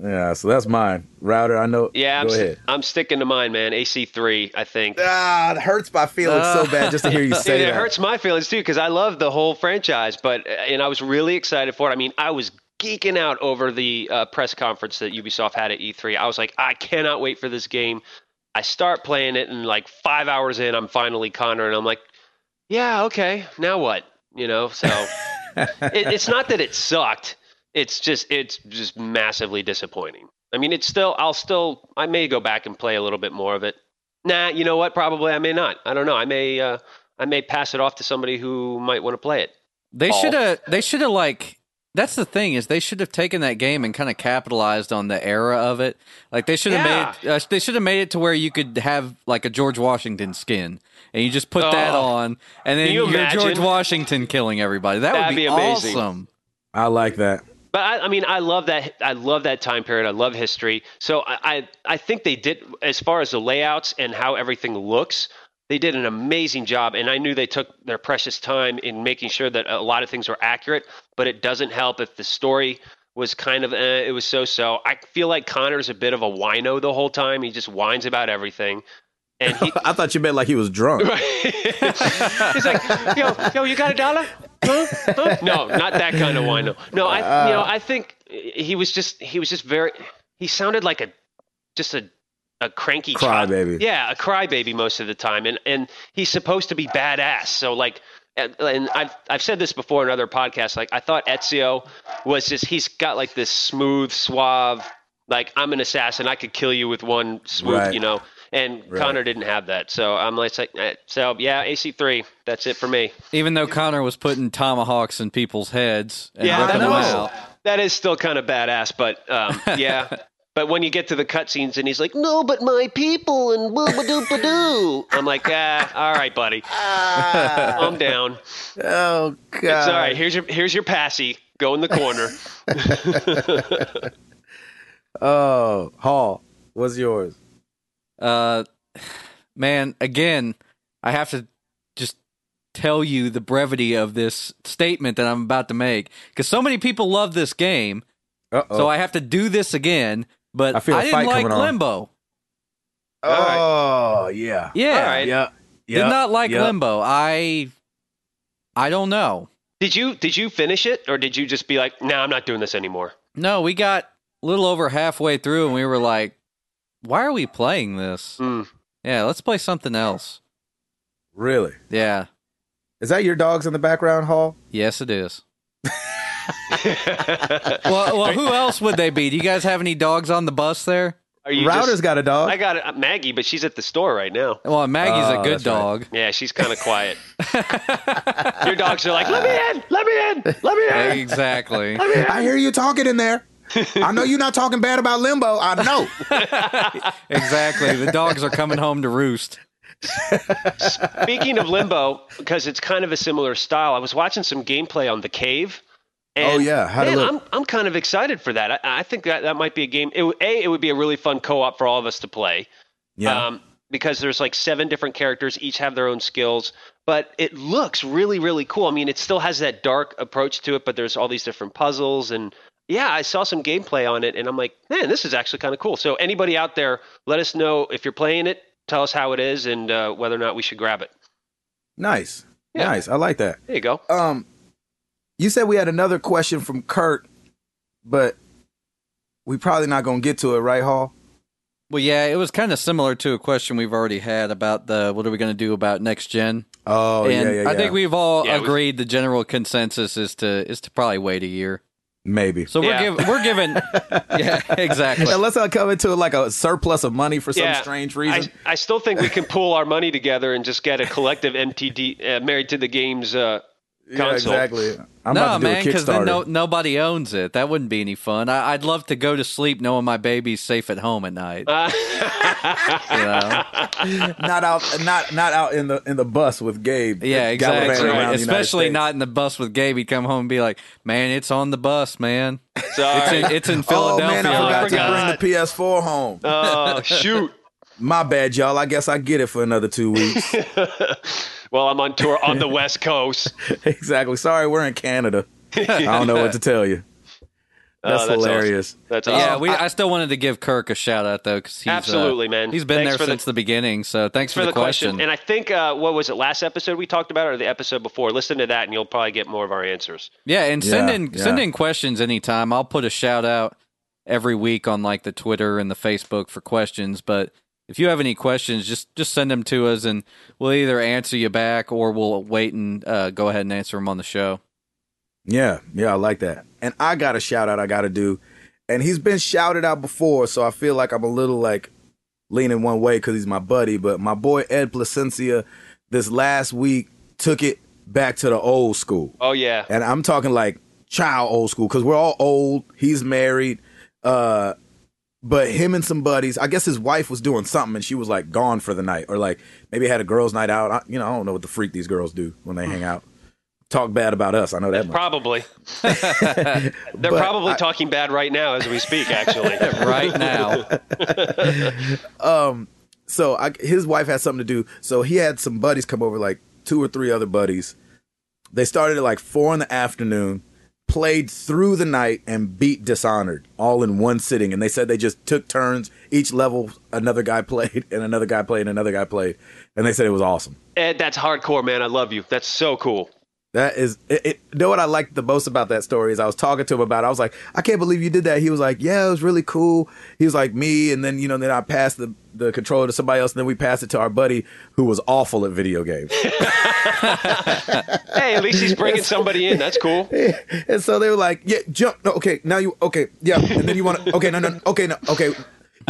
Yeah, so that's mine. Router, I know. Yeah, I'm, go st- ahead. I'm sticking to mine, man. AC3, I think. Ah, it hurts my feelings so bad just to hear you say Dude, that. Uh, it hurts my feelings too because I love the whole franchise, but uh, and I was really excited for it. I mean, I was geeking out over the uh, press conference that Ubisoft had at E3. I was like, I cannot wait for this game. I start playing it, and like five hours in, I'm finally Connor, and I'm like, yeah, okay, now what? You know, so it, it's not that it sucked. It's just it's just massively disappointing. I mean, it's still I'll still I may go back and play a little bit more of it. Nah, you know what? Probably I may not. I don't know. I may uh, I may pass it off to somebody who might want to play it. They All. should have. They should have like. That's the thing is they should have taken that game and kind of capitalized on the era of it. Like they should have Yeah. made. Uh, they should have made it to where you could have like a George Washington skin, and you just put that Oh. on, and then Can you you are George imagine? Washington killing everybody. That That'd would be, be amazing. awesome. I like that. But I, I mean, I love that. I love that time period. I love history. So I, I, I think they did, as far as the layouts and how everything looks, they did an amazing job. And I knew they took their precious time in making sure that a lot of things were accurate. But it doesn't help if the story was kind of, eh, it was so-so. I feel like Connor's a bit of a wino the whole time. He just whines about everything. And he, I thought you meant like he was drunk. He's like, yo, yo, you got a dollar? Huh? Huh? Uh, No, not that kind of wine. No, no, I, you know, I think he was just, he was just very, he sounded like a, just a, a cranky child. Crybaby. Yeah, a crybaby most of the time, and and he's supposed to be badass. So like, and, and I've I've said this before in other podcasts. Like, I thought Ezio was just, he's got like this smooth, suave, like I'm an assassin, I could kill you with one swoop, Right. you know. And Connor didn't have that, so I'm like, eh, so yeah, AC3. That's it for me. Even though Connor was putting tomahawks in people's heads and Yeah, ripping that them was- out. That is still kind of badass, but um, yeah. But when you get to the cutscenes and he's like, "No, but my people," and boo ba doo ba doo, I'm like, "Ah, all right, buddy, calm down. Oh God! It's all right. Here's your here's your passy. Go in the corner." Oh, Hall, what's yours? Uh, man, again, I have to just tell you the brevity of this statement that I'm about to make because so many people love this game. Uh So I have to do this again. But I I, feel a didn't fight like coming on. Limbo. Oh yeah. Yeah, All right. Yeah. did not like yeah. Limbo. I, I don't know. Did you did you finish it, or did you just be like, "No, I'm not doing this anymore"? No, we got a little over halfway through and we were like, why are we playing this? Mm. Yeah, let's play something else. Really? Yeah. Is that your dogs in the background, Hall? Yes, it is. Well, well, who else would they be? Do you guys have any dogs on the bus there? Are you Router's just, got a dog. I got it, Uh, Maggie, but she's at the store right now. Well, Maggie's Oh, a good that's right. dog. Yeah, she's kind of quiet. Your dogs are like, "Let me in! Let me in! Let me in!" exactly. I hear you talking in there. I know you're not talking bad about Limbo. I know. Exactly. The dogs are coming home to roost. Speaking of Limbo, because it's kind of a similar style, I was watching some gameplay on The Cave. And Oh, yeah. How'd it man, look? I'm I'm kind of excited for that. I, I think that that might be a game. It, would- a, it would be a really fun co-op for all of us to play. yeah. Um, because there's like seven different characters, each have their own skills, but it looks really really cool. I mean, it still has that dark approach to it, but there's all these different puzzles and yeah, I saw some gameplay on it and I'm like, man, this is actually kind of cool. So anybody out there, let us know if you're playing it. Tell us how it is and uh, whether or not we should grab it. nice. Yeah. Nice. I like that. There you go. Um, you said we had another question from Kurt, but we probably not gonna get to it, right, Hall? Well, yeah, it was kind of similar to a question we've already had about the what are we going to do about next gen? Oh and I think we've all Yeah, we- agreed the general consensus is to is to probably wait a year. maybe. So we're Yeah. giv we're given Yeah, exactly. Unless I come into like a surplus of money for some Yeah, strange I, reason. I still think we can pool our money together and just get a collective MTD uh, married to the games. Uh, yeah, console. exactly. I'm no, about to do man, a because then Kickstarter. no, nobody owns it. That wouldn't be any fun. I, I'd love to go to sleep knowing my baby's safe at home at night. uh, you know? not out, not not out in the in the bus with Gabe. Yeah, gallivanting exactly. around the United Especially States. not in the bus with Gabe. He'd come home and be like, "Man, it's on the bus, man. It's sorry. in, it's in Oh Philadelphia man, I forgot right to now." forgot. bring the PS4 home. Oh, shoot. My bad, y'all. I guess I get it for another two weeks. well, I'm on tour on the West Coast. Uh, exactly. Sorry, we're in Canada. I don't know what to tell you. Oh, That's, awesome. hilarious. That's awesome. Yeah, we, I, still wanted to give Kirk a shout out though, because Absolutely, man. he's been Thanks for there the- since the, beginning. So thanks for, for the, question. And I think, uh, what was it, last episode we talked about it or the episode before? Listen to that and you'll probably get more of our answers. yeah, and send Yeah, in yeah. send in questions anytime. I'll put a shout out every week on like the Twitter and the Facebook for questions. But if you have any questions, just just send them to us, and we'll either answer you back or we'll wait and uh, go ahead and answer them on the show. Yeah, yeah, I like that. And I got a shout out I got to do. And he's been shouted out before, so I feel like I'm a little like leaning one way because he's my buddy. But my boy Ed Placencia this last week took it back to the old school. Oh, yeah. And I'm talking like child old school because we're all old. He's married. Uh, but him and some buddies, I guess his wife was doing something and she was like gone for the night or like maybe had a girls' night out. I, you know, I don't know what the freak these girls do when they hang out. Talk bad about us. I know that much. Probably. They're But probably talking bad right now as we speak, actually. right now. Um, so I, his wife had something to do. So he had some buddies come over, like two or three other buddies. They started at like four in the afternoon, played through the night, and beat Dishonored all in one sitting. And they said they just took turns. Each level, another guy played, and another guy played, and another guy played. And they said it was awesome. Ed, Eh, that's hardcore, man. I love you. That's so cool. That is, it, it, you know what I liked the most about that story is I was talking to him about. It. I was like, I can't believe you did that. He was like, Yeah, it was really cool. He was like, Me, and then you know, then I passed the the controller to somebody else, and then we passed it to our buddy who was awful at video games. Hey, at least he's bringing somebody in. That's cool. and so they were like, Yeah, jump. No, okay, now you okay, yeah, and then you want to okay, no, no, no, okay, no, okay. Yeah,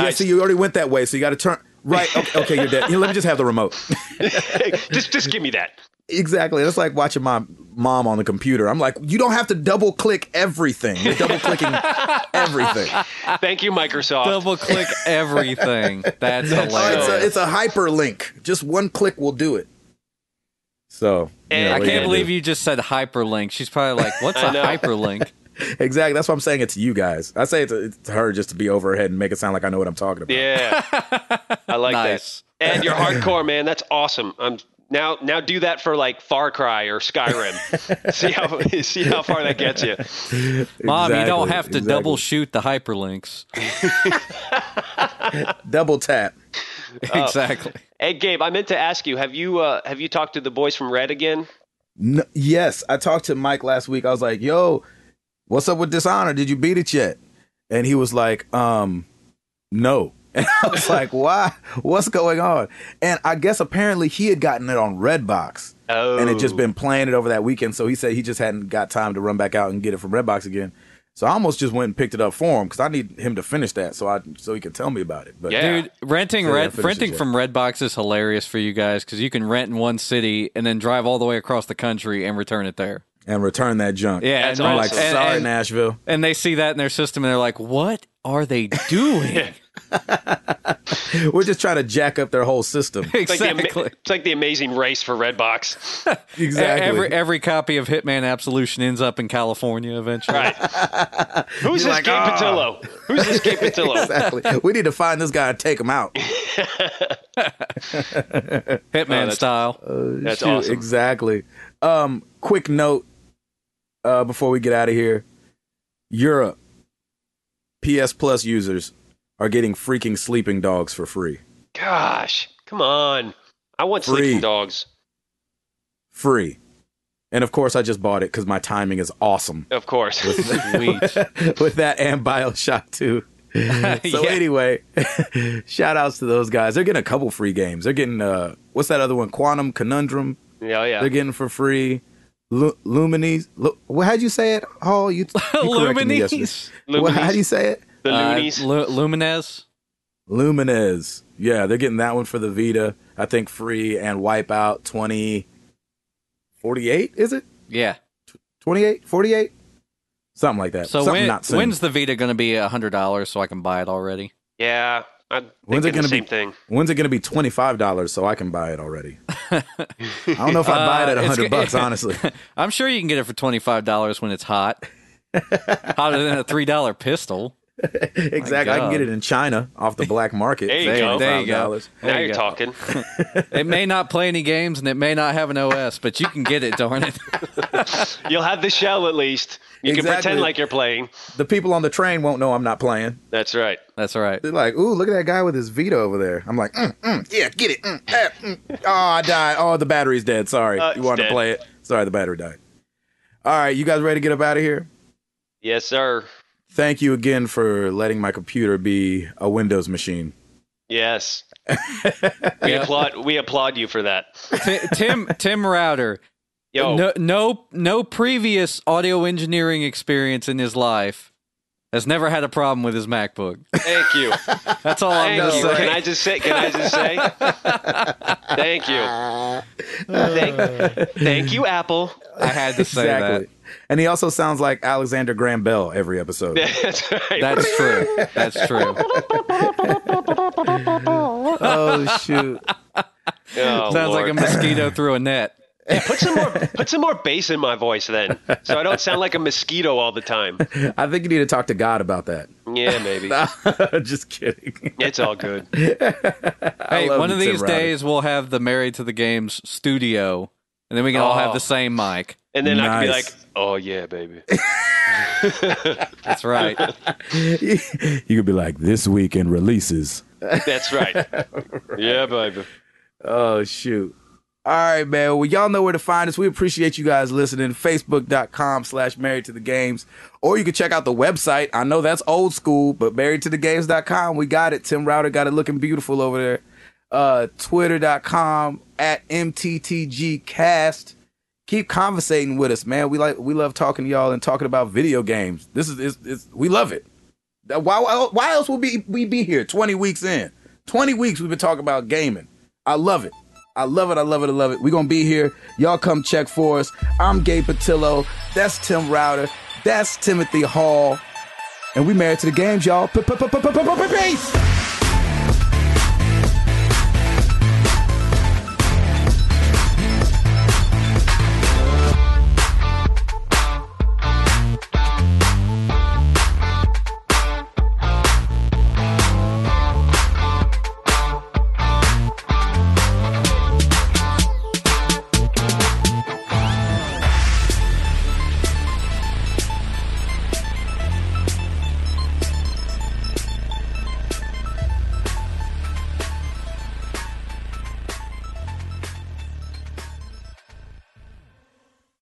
Nice. so you already went that way, so you got to turn. Right. Okay, okay you're dead. Here, let me just have the remote. just just give me that. exactly. That's like watching my mom on the computer. I'm like, you don't have to double click everything. You're double clicking everything. Thank you, Microsoft. Double click everything. That's Oh, it's, a, hilarious. it's a hyperlink. Just one click will do it. So you And- know, what Yeah, I you can't gonna believe do? you just said hyperlink. She's probably like, "What's a know. hyperlink?" Exactly. That's why I'm saying it to you guys. I say it to, to her just to be over her head and make it sound like I know what I'm talking about. Yeah, I like Nice. that. And you're hardcore, man. That's awesome. I'm now now do that for like Far Cry or Skyrim. see how see how far that gets you. Mom, you don't Exactly, have to exactly. double shoot the hyperlinks. Double tap. Oh. exactly. Hey, Gabe, I meant to ask you have you uh, have you talked to the boys from Red again? N- yes, I talked to Mike last week. I was like, "Yo, what's up with Dishonor? Did you beat it yet?" And he was like, "Um, no." And I was like, "Why? What's going on?" And I guess apparently he had gotten it on Redbox Oh, and had just been playing it over that weekend. So he said he just hadn't got time to run back out and get it from Redbox again. So I almost just went and picked it up for him because I need him to finish that so I so he can tell me about it. But Yeah. Dude, renting So that red finishes renting it. from Redbox is hilarious for you guys because you can rent in one city and then drive all the way across the country and return it there. and return that junk. Yeah, That's and I'm rent- like, awesome. and- sorry, and- Nashville. and they see that in their system and they're like, "What are they doing?" We're just trying to jack up their whole system. it's like, the, exactly. ama- it's like the amazing race for Redbox. exactly. Every every copy of Hitman Absolution ends up in California eventually. Right. Who's this like, Gabe "Ah." Patillo? Who's this Gabe Patillo? exactly. We need to find this guy and take him out. Hitman that's- style. That's Shoot, awesome. Exactly. Um, quick note uh, before we get out of here: Europe PS Plus users are getting freaking sleeping dogs for free. Gosh, come on. I want Free. sleeping dogs. Free. And of course, I just bought it because my timing is awesome Of course. Sweet. with that and Bioshock 2. So Yeah. anyway, shout outs to those guys. They're getting a couple free games. They're getting uh, what's that other one? Quantum Conundrum. yeah, yeah. They're getting for free. Lu- Lumines. Lu- well, how'd you say it? Hall? you, uh, you corrected me yesterday. Lumines. Well, how Lumines. do you say it? the Uh, loonies. Lu- Lumines. Lumines. Yeah, they're getting that one for the Vita. I think free and Wipeout 20. 48, is it? Yeah. 28? 48? Something like that. So Something when, not soon. when's the Vita going to be hundred dollars so I can buy it already? yeah. I'm When's it thinking the gonna same be- thing. When's it going to be $25 so I can buy it already? I don't know if I'd buy it at Uh, it's 100 go- bucks, honestly. I'm sure you can get it for twenty five dollars when it's hot. Hotter than a three dollar pistol. exactly. I can God. get it in China off the black market. There you for go. There you $25. go. Now There you're you go. talking. It may not play any games and it may not have an OS, but you can get it. Darn it. You'll have the shell at least. You can Exactly. pretend like you're playing. The people on the train won't know I'm not playing. That's right. That's all right. They're like, ooh, look at that guy with his Vita over there. I'm like, mm, mm, yeah, get it. Mm, eh, mm. Oh, I died. Oh, the battery's dead. Sorry. Uh, you it's wanted dead. to play it. Sorry, the battery died. All right, you guys ready to get up out of here? Yes, sir. Thank you again for letting my computer be a Windows machine. Yes. we Yeah. applaud we applaud you for that. Ti- Tim Tim Router. Yo, No no no previous audio engineering experience in his life has never had a problem with his MacBook. thank you. That's all I'm Thank gonna you. Can say. I just say can I just say? thank you. Thank, thank you, Apple. I had to say And he also sounds like Alexander Graham Bell every episode. That's right. that. That's true. That's true. oh, shoot. Oh, Sounds Lord. like a mosquito through a net. Put some more put some more bass in my voice then, so I don't sound like a mosquito all the time. I think you need to talk to God about that. Yeah, maybe Just kidding. it's all good. Hey, love one you, Tim of these Router. days we'll have the Married to the Games studio, and then we can all Oh. have the same mic. And then I can be like, Nice. "Oh yeah, baby." That's right. you could be like, this weekend releases. That's right. Yeah, baby. Oh shoot. All right, man. Well, y'all know where to find us. We appreciate you guys listening. Facebook.com slash married to the games. Or you can check out the website. I know that's old school, but married to the games.com. We got it. Tim Router got it looking beautiful over there. Uh, Twitter.com at MTTGcast. Keep conversating with us, man. We like we love talking to y'all and talking about video games. This is it's, it's, we love it. Why why else would be we be here 20 weeks in? 20 weeks we've been talking about gaming. I love it. I love it. I love it. I love it. We're going to be here. Y'all come check for us. I'm Gabe Patillo. That's Tim Router. That's Timothy Hall. And we married to the games, y'all. Peace.